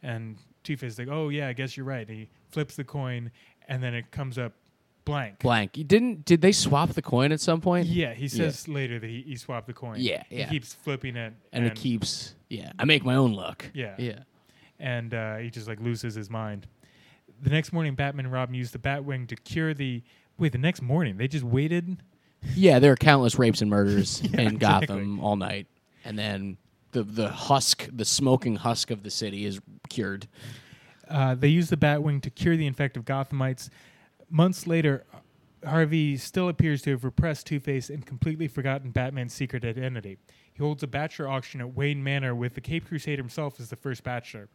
S2: And Two Face is like, "Oh yeah, I guess you're right." And he flips the coin, and then it comes up blank.
S1: blank. You didn't? Did they swap the coin at some point?
S2: Yeah, he says later that he, he swapped the coin.
S1: Yeah, yeah.
S2: He keeps flipping it,
S1: and, it keeps. Yeah, I make my own luck.
S2: Yeah.
S1: yeah.
S2: and uh, he just like loses his mind. The next morning, Batman and Robin use the Batwing to cure the. Wait, the next morning they just waited.
S1: Yeah, there are countless rapes
S2: [laughs]
S1: and murders in Gotham
S2: exactly.
S1: all night, and then the the husk, the smoking husk of the city, is cured.
S2: Uh, they use the Batwing to cure the infected Gothamites. Months later, Harvey still appears to have repressed Two Face and completely forgotten Batman's secret identity. He holds a bachelor auction at Wayne Manor with the Cape Crusader himself as the first bachelor.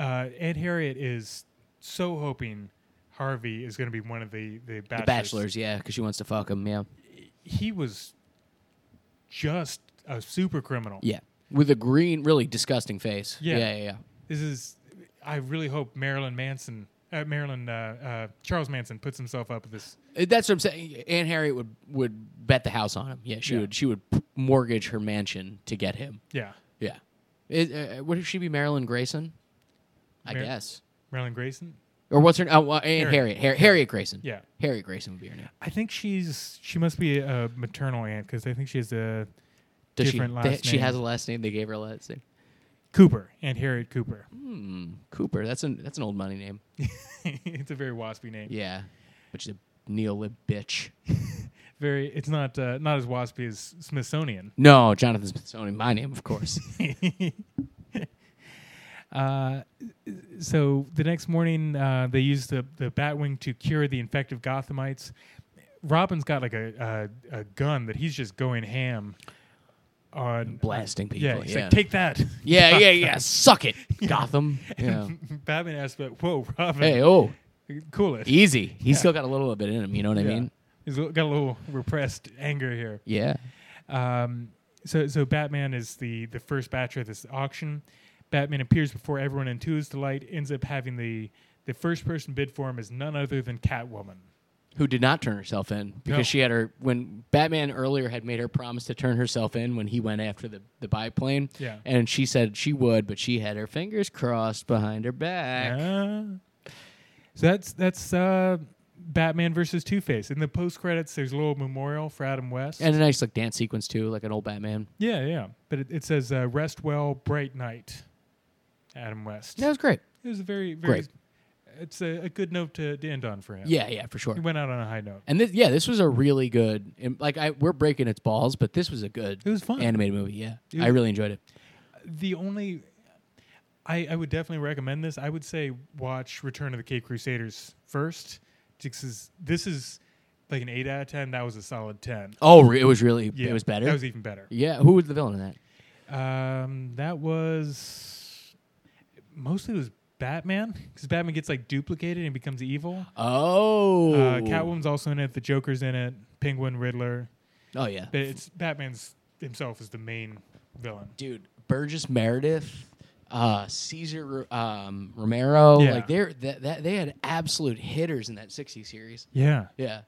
S2: Uh, Aunt Harriet is so hoping Harvey is going to be one of the the bachelors.
S1: The bachelors, yeah, because she wants to fuck him. Yeah,
S2: He was just a super criminal.
S1: yeah, with a green, really disgusting face.
S2: Yeah.
S1: yeah, yeah. yeah.
S2: This is. I really hope Marilyn Manson, uh, Marilyn uh, uh, Charles Manson, puts himself up with this.
S1: Uh, That's what I'm saying. Aunt Harriet would would bet the house on him. Yeah, she
S2: Yeah.
S1: would. She would p- mortgage her mansion to get him.
S2: Yeah.
S1: Yeah. Is, uh, would she be Marilyn Grayson? I
S2: Mar-
S1: guess.
S2: Marilyn Grayson.
S1: Or what's her? Oh, uh, Aunt
S2: Harriet.
S1: Harriet. Har- Harriet Grayson.
S2: Yeah.
S1: Harriet Grayson would be her name.
S2: I think she's she must be a maternal aunt because I think she has a
S1: Does
S2: different
S1: she?
S2: last
S1: they-
S2: name.
S1: She has a last name. They gave her a last name.
S2: Cooper Aunt Harriet Cooper.
S1: Hmm. Cooper. That's an that's an old money name.
S2: [laughs] it's a very waspy name.
S1: Yeah. But she's a neolib bitch.
S2: Very. It's not uh, not as waspy as Smithsonian. [laughs]
S1: No, Jonathan Smithsonian. My name, of course.
S2: Uh, so the next morning, uh, they use the, the Batwing to cure the infected Gothamites. Robin's got like a, a, a gun that he's just going ham on.
S1: Blasting people.
S2: yeah, he's
S1: yeah.
S2: like, take that.
S1: yeah, yeah, yeah. Suck it, Gotham. Yeah.
S2: [laughs] Batman asks, but whoa, Robin,
S1: Hey, oh,
S2: cool it.
S1: easy. He's still got a little bit in him. You know what I
S2: Yeah.
S1: mean?
S2: He's got a little repressed anger here.
S1: Yeah.
S2: Um, so, so Batman is the the first batcher of this auction. Batman appears before everyone in to his delight. Ends up having the the first person bid for him is none other than Catwoman.
S1: Who did not turn herself in because
S2: No.
S1: she had her when Batman earlier had made her promise to turn herself in when he went after the, the biplane.
S2: Yeah.
S1: And she said she would, but she had her fingers crossed behind her back.
S2: Ah. so that's that's uh, Batman versus Two Face. In the post credits, there's a little memorial for Adam West.
S1: And a nice like dance sequence too, like an old Batman.
S2: yeah, yeah. But it, it says uh, "Rest well, bright night." Adam West.
S1: That was great.
S2: It was a very very.
S1: Great.
S2: It's a, a good note to, to end on for him.
S1: Yeah, yeah, for sure.
S2: He went out on a high note.
S1: And this, yeah, this was a really good. and, Like I, we're breaking its balls, but this was a good
S2: It was fun.
S1: animated movie. Yeah,
S2: It
S1: I
S2: was-
S1: really enjoyed it.
S2: the only I, I would definitely recommend this. I would say watch Return of the Cape Crusaders first. This is this is like an eight out of ten. That was a solid ten.
S1: Oh, re- it was really. It was better.
S2: That was e- even better.
S1: yeah, who was the villain in that?
S2: Um, that was mostly it was Batman because Batman gets like duplicated and becomes evil.
S1: Oh,
S2: Uh, Catwoman's also in it. The Joker's in it. Penguin, Riddler.
S1: Oh yeah,
S2: But it's Batman's himself is the main villain.
S1: dude, Burgess Meredith, uh, Caesar um, Romero.
S2: Yeah.
S1: Like they're that, that they had absolute hitters in that '60s series.
S2: Yeah.
S1: Yeah,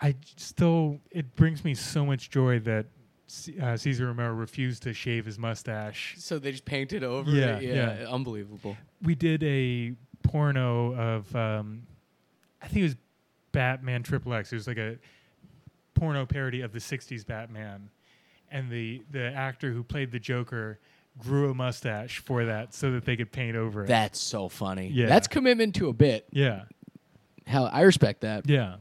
S2: I still, it brings me so much joy that C- uh, Cesar Romero refused to shave his mustache.
S1: so they just painted over.
S2: Yeah,
S1: it. yeah,
S2: yeah.
S1: unbelievable.
S2: We did a porno of, um, I think it was Batman Triple X. It was like a porno parody of the '60s Batman, and the the actor who played the Joker grew a mustache for that so that they could paint over it.
S1: That's so funny.
S2: Yeah.
S1: that's commitment to a bit.
S2: yeah,
S1: Hell, I respect that.
S2: yeah.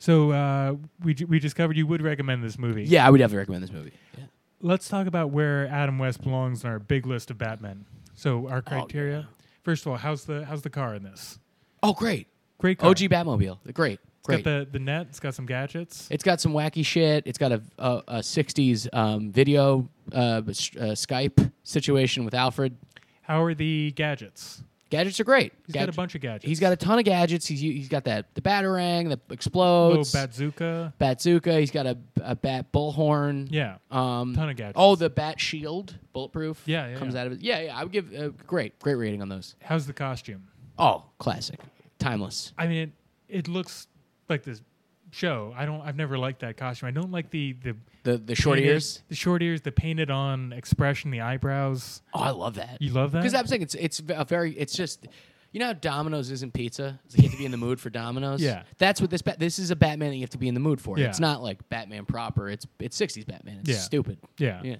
S2: So uh, we d- we discovered you would recommend this movie.
S1: Yeah, I would definitely recommend this movie. Yeah.
S2: Let's talk about where Adam West belongs in our big list of Batman. So our criteria. First of all, how's the how's the car in this?
S1: Oh, great.
S2: Great car.
S1: OG Batmobile. Great.
S2: It's
S1: Great.
S2: got the, the net. It's got some gadgets.
S1: it's got some wacky shit. It's got a, a, a 60s um, video uh, s- uh, Skype situation with Alfred.
S2: How are the gadgets?
S1: Gadgets are great.
S2: He's got
S1: Gadget-
S2: a bunch of gadgets.
S1: He's got a ton of gadgets. He's, he's got that the batarang that
S2: little
S1: explodes,
S2: Oh, bazooka.
S1: bazooka. He's got a, a bat bullhorn.
S2: Yeah,
S1: Um,
S2: ton of gadgets.
S1: Oh, the bat shield, bulletproof.
S2: Yeah, yeah,
S1: comes
S2: yeah.
S1: out of it. Yeah, yeah. I would give uh, great, great rating on those.
S2: How's the costume?
S1: Oh, classic, timeless.
S2: I mean, it, it looks like this show. I don't. I've never liked that costume. I don't like the the
S1: The the short
S2: painted-
S1: ears.
S2: The short ears. The painted on expression. The eyebrows.
S1: Oh, I love that.
S2: You love that?
S1: Because I'm saying it's it's a very it's just you know how Domino's isn't pizza. It's like you have to be in the mood for Domino's.
S2: Yeah.
S1: that's what this Bat- this is a Batman that you have to be in the mood for.
S2: Yeah.
S1: It's not like Batman proper. It's it's '60s Batman. It's
S2: Yeah.
S1: stupid.
S2: Yeah.
S1: Yeah.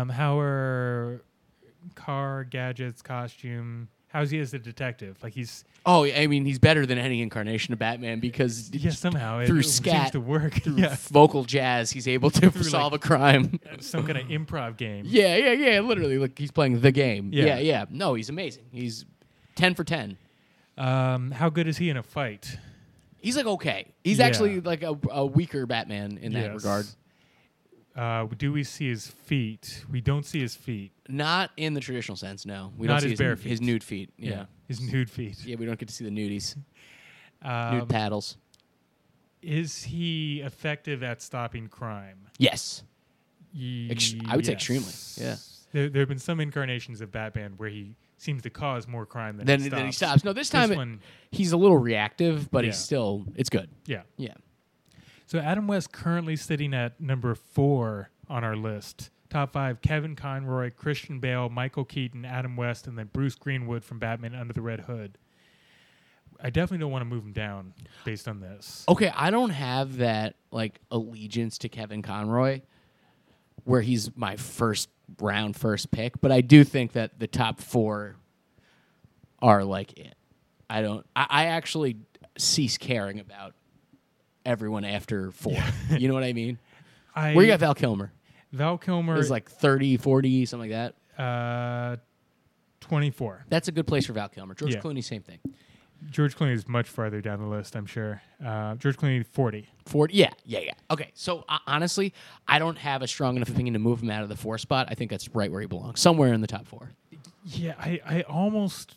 S2: Um, how are car gadgets, costume? How's he as a detective? Like he's
S1: Oh, yeah, I mean, he's better than any incarnation of Batman
S2: [laughs]
S1: because
S2: yeah, somehow it,
S1: Through
S2: it
S1: scat,
S2: seems to work. [laughs] yeah,
S1: vocal jazz, he's
S2: [laughs]
S1: able to
S2: Through,
S1: solve a crime.
S2: some
S1: [laughs]
S2: kind of improv game.
S1: yeah, yeah, yeah. Literally, like he's playing the game.
S2: Yeah.
S1: yeah. yeah. No, he's amazing. He's ten for ten.
S2: Um, how good is he in a fight?
S1: He's like okay. He's
S2: Yeah.
S1: actually like a, a weaker Batman in that
S2: Yes.
S1: regard.
S2: Uh, do we see his feet? We don't see his feet.
S1: Not in the traditional sense, no. We
S2: Not
S1: don't see
S2: his bare feet.
S1: his nude feet. Yeah. yeah.
S2: his nude feet.
S1: we don't get to see the nudies. Nude
S2: Um,
S1: paddles.
S2: is he effective at stopping crime?
S1: Yes. Ex- I would say extremely, yeah.
S2: There, there have been some incarnations of Batman where he seems to cause more crime than
S1: Then,
S2: he stops.
S1: then he stops. No, this time it-
S2: one-
S1: he's a little reactive, but he's
S2: Yeah.
S1: still it's good.
S2: Yeah.
S1: Yeah.
S2: So Adam West currently sitting at number four on our list. Top five: Kevin Conroy, Christian Bale, Michael Keaton, Adam West, and then Bruce Greenwood from Batman Under the Red Hood. I definitely don't want to move him down based on this.
S1: Okay, I don't have that like allegiance to Kevin Conroy, where he's my first round first pick, but I do think that the top four are like it. I don't. I, I actually cease caring about everyone after four. you know what I mean?
S2: I
S1: Where you got Val Kilmer?
S2: Val Kilmer
S1: It's like 30, 40, something like that.
S2: uh, 24.
S1: That's a good place for Val Kilmer. George
S2: Yeah.
S1: Clooney, same thing.
S2: George Clooney is much farther down the list, I'm sure. Uh, George Clooney, 40.
S1: Ford, yeah, yeah, yeah. Okay, so uh, honestly, I don't have a strong enough opinion to move him out of the four spot. I think that's right where he belongs, somewhere in the top four.
S2: Yeah, I, I almost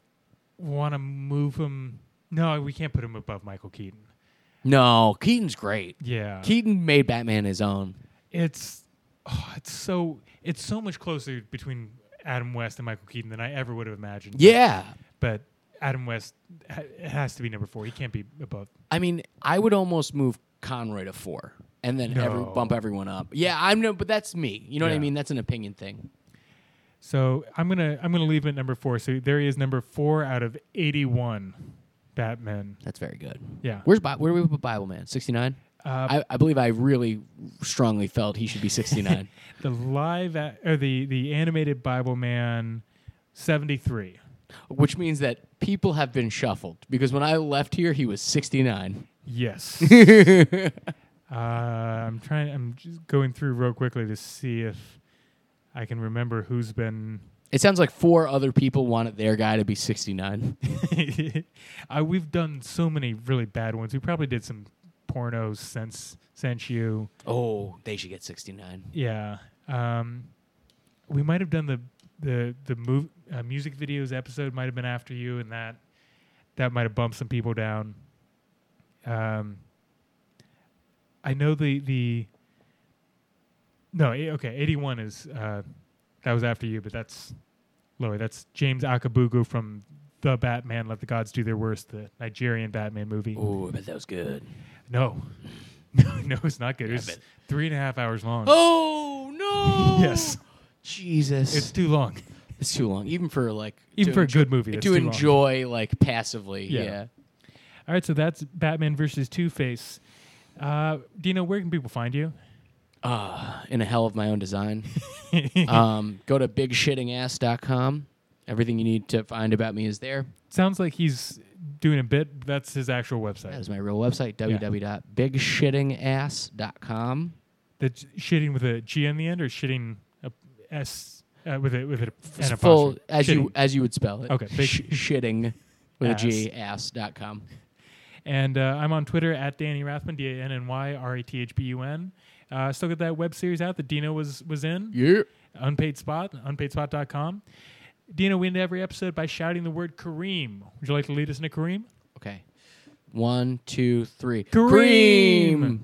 S2: want to move him. No, we can't put him above Michael Keaton.
S1: No, Keaton's great.
S2: Yeah.
S1: Keaton made Batman his own.
S2: it's oh, it's so it's so much closer between Adam West and Michael Keaton than I ever would have imagined.
S1: Yeah.
S2: but Adam West ha- has to be number four. He can't be above.
S1: I mean, I would almost move Conroy to four and then every,
S2: No.
S1: bump everyone up. Yeah, I'm no, but that's me. You know what I
S2: Yeah.
S1: mean? That's an opinion thing.
S2: So I'm gonna I'm gonna leave him at number four. So there he is, number four out of eighty-one. Batman.
S1: That's very good.
S2: Yeah.
S1: Where's Bi- where do we put Bible Man? 69?
S2: Uh,
S1: I, I believe I really strongly felt he should be 69.
S2: the live a- or the the animated Bible Man, seventy-three.
S1: which means that people have been shuffled because when I left here, he was [laughs] 69.
S2: Yes. uh, I'm trying. I'm just going through real quickly to see if I can remember who's been.
S1: It sounds like four other people wanted their guy to be 69.
S2: [laughs] uh, we've done so many really bad ones. We probably did some pornos since since you.
S1: Oh, they should get 69.
S2: Yeah. Um, we might have done the the the mov- uh, music videos episode might have been after you, and that that might have bumped some people down. Um, I know the the no eh, okay eighty one is uh, that was after you, but that's lower. That's James Akabugu from the Batman: Let the Gods Do Their Worst, the Nigerian Batman movie.
S1: Oh, I bet that was good.
S2: No, [laughs] no, no, it's not good.
S1: Yeah, I
S2: It's
S1: bet.
S2: three and a half hours long.
S1: Oh, no.
S2: Yes.
S1: Jesus.
S2: It's
S1: It's,
S2: too long.
S1: too long. Even for like.
S2: even
S1: to
S2: for a
S1: enjoy-
S2: good movie. that's
S1: To
S2: too long.
S1: enjoy like passively.
S2: Yeah.
S1: Yeah.
S2: All right, so that's Batman versus Two Face. Uh, Dino, where can people find you? [laughs]
S1: Uh, in a hell of my own design. um, go to bigshittingass.com. Everything you need to find about me is there.
S2: Sounds like he's doing a bit. but That's his actual website.
S1: That is my real website,
S2: Yeah.
S1: www.bigshittingass.com.
S2: The j- shitting with a G on the end, or shitting a s uh, with a with a
S1: It's
S2: an
S1: full
S2: apostrophe?
S1: as you
S2: Shitting.
S1: as you would spell it.
S2: Okay, big-
S1: Sh- shitting with a G ass dot com.
S2: And uh, I'm on Twitter at Danny Rathman, D A N N Y R A T H B U N. Uh, still got that web series out that Dino was was in.
S1: Yeah.
S2: Unpaid Spot, unpaidspot.com. Dino, we end every episode by shouting the word Kareem. Would you like to lead us into Kareem?
S1: Okay. One, two, three.
S2: Kareem!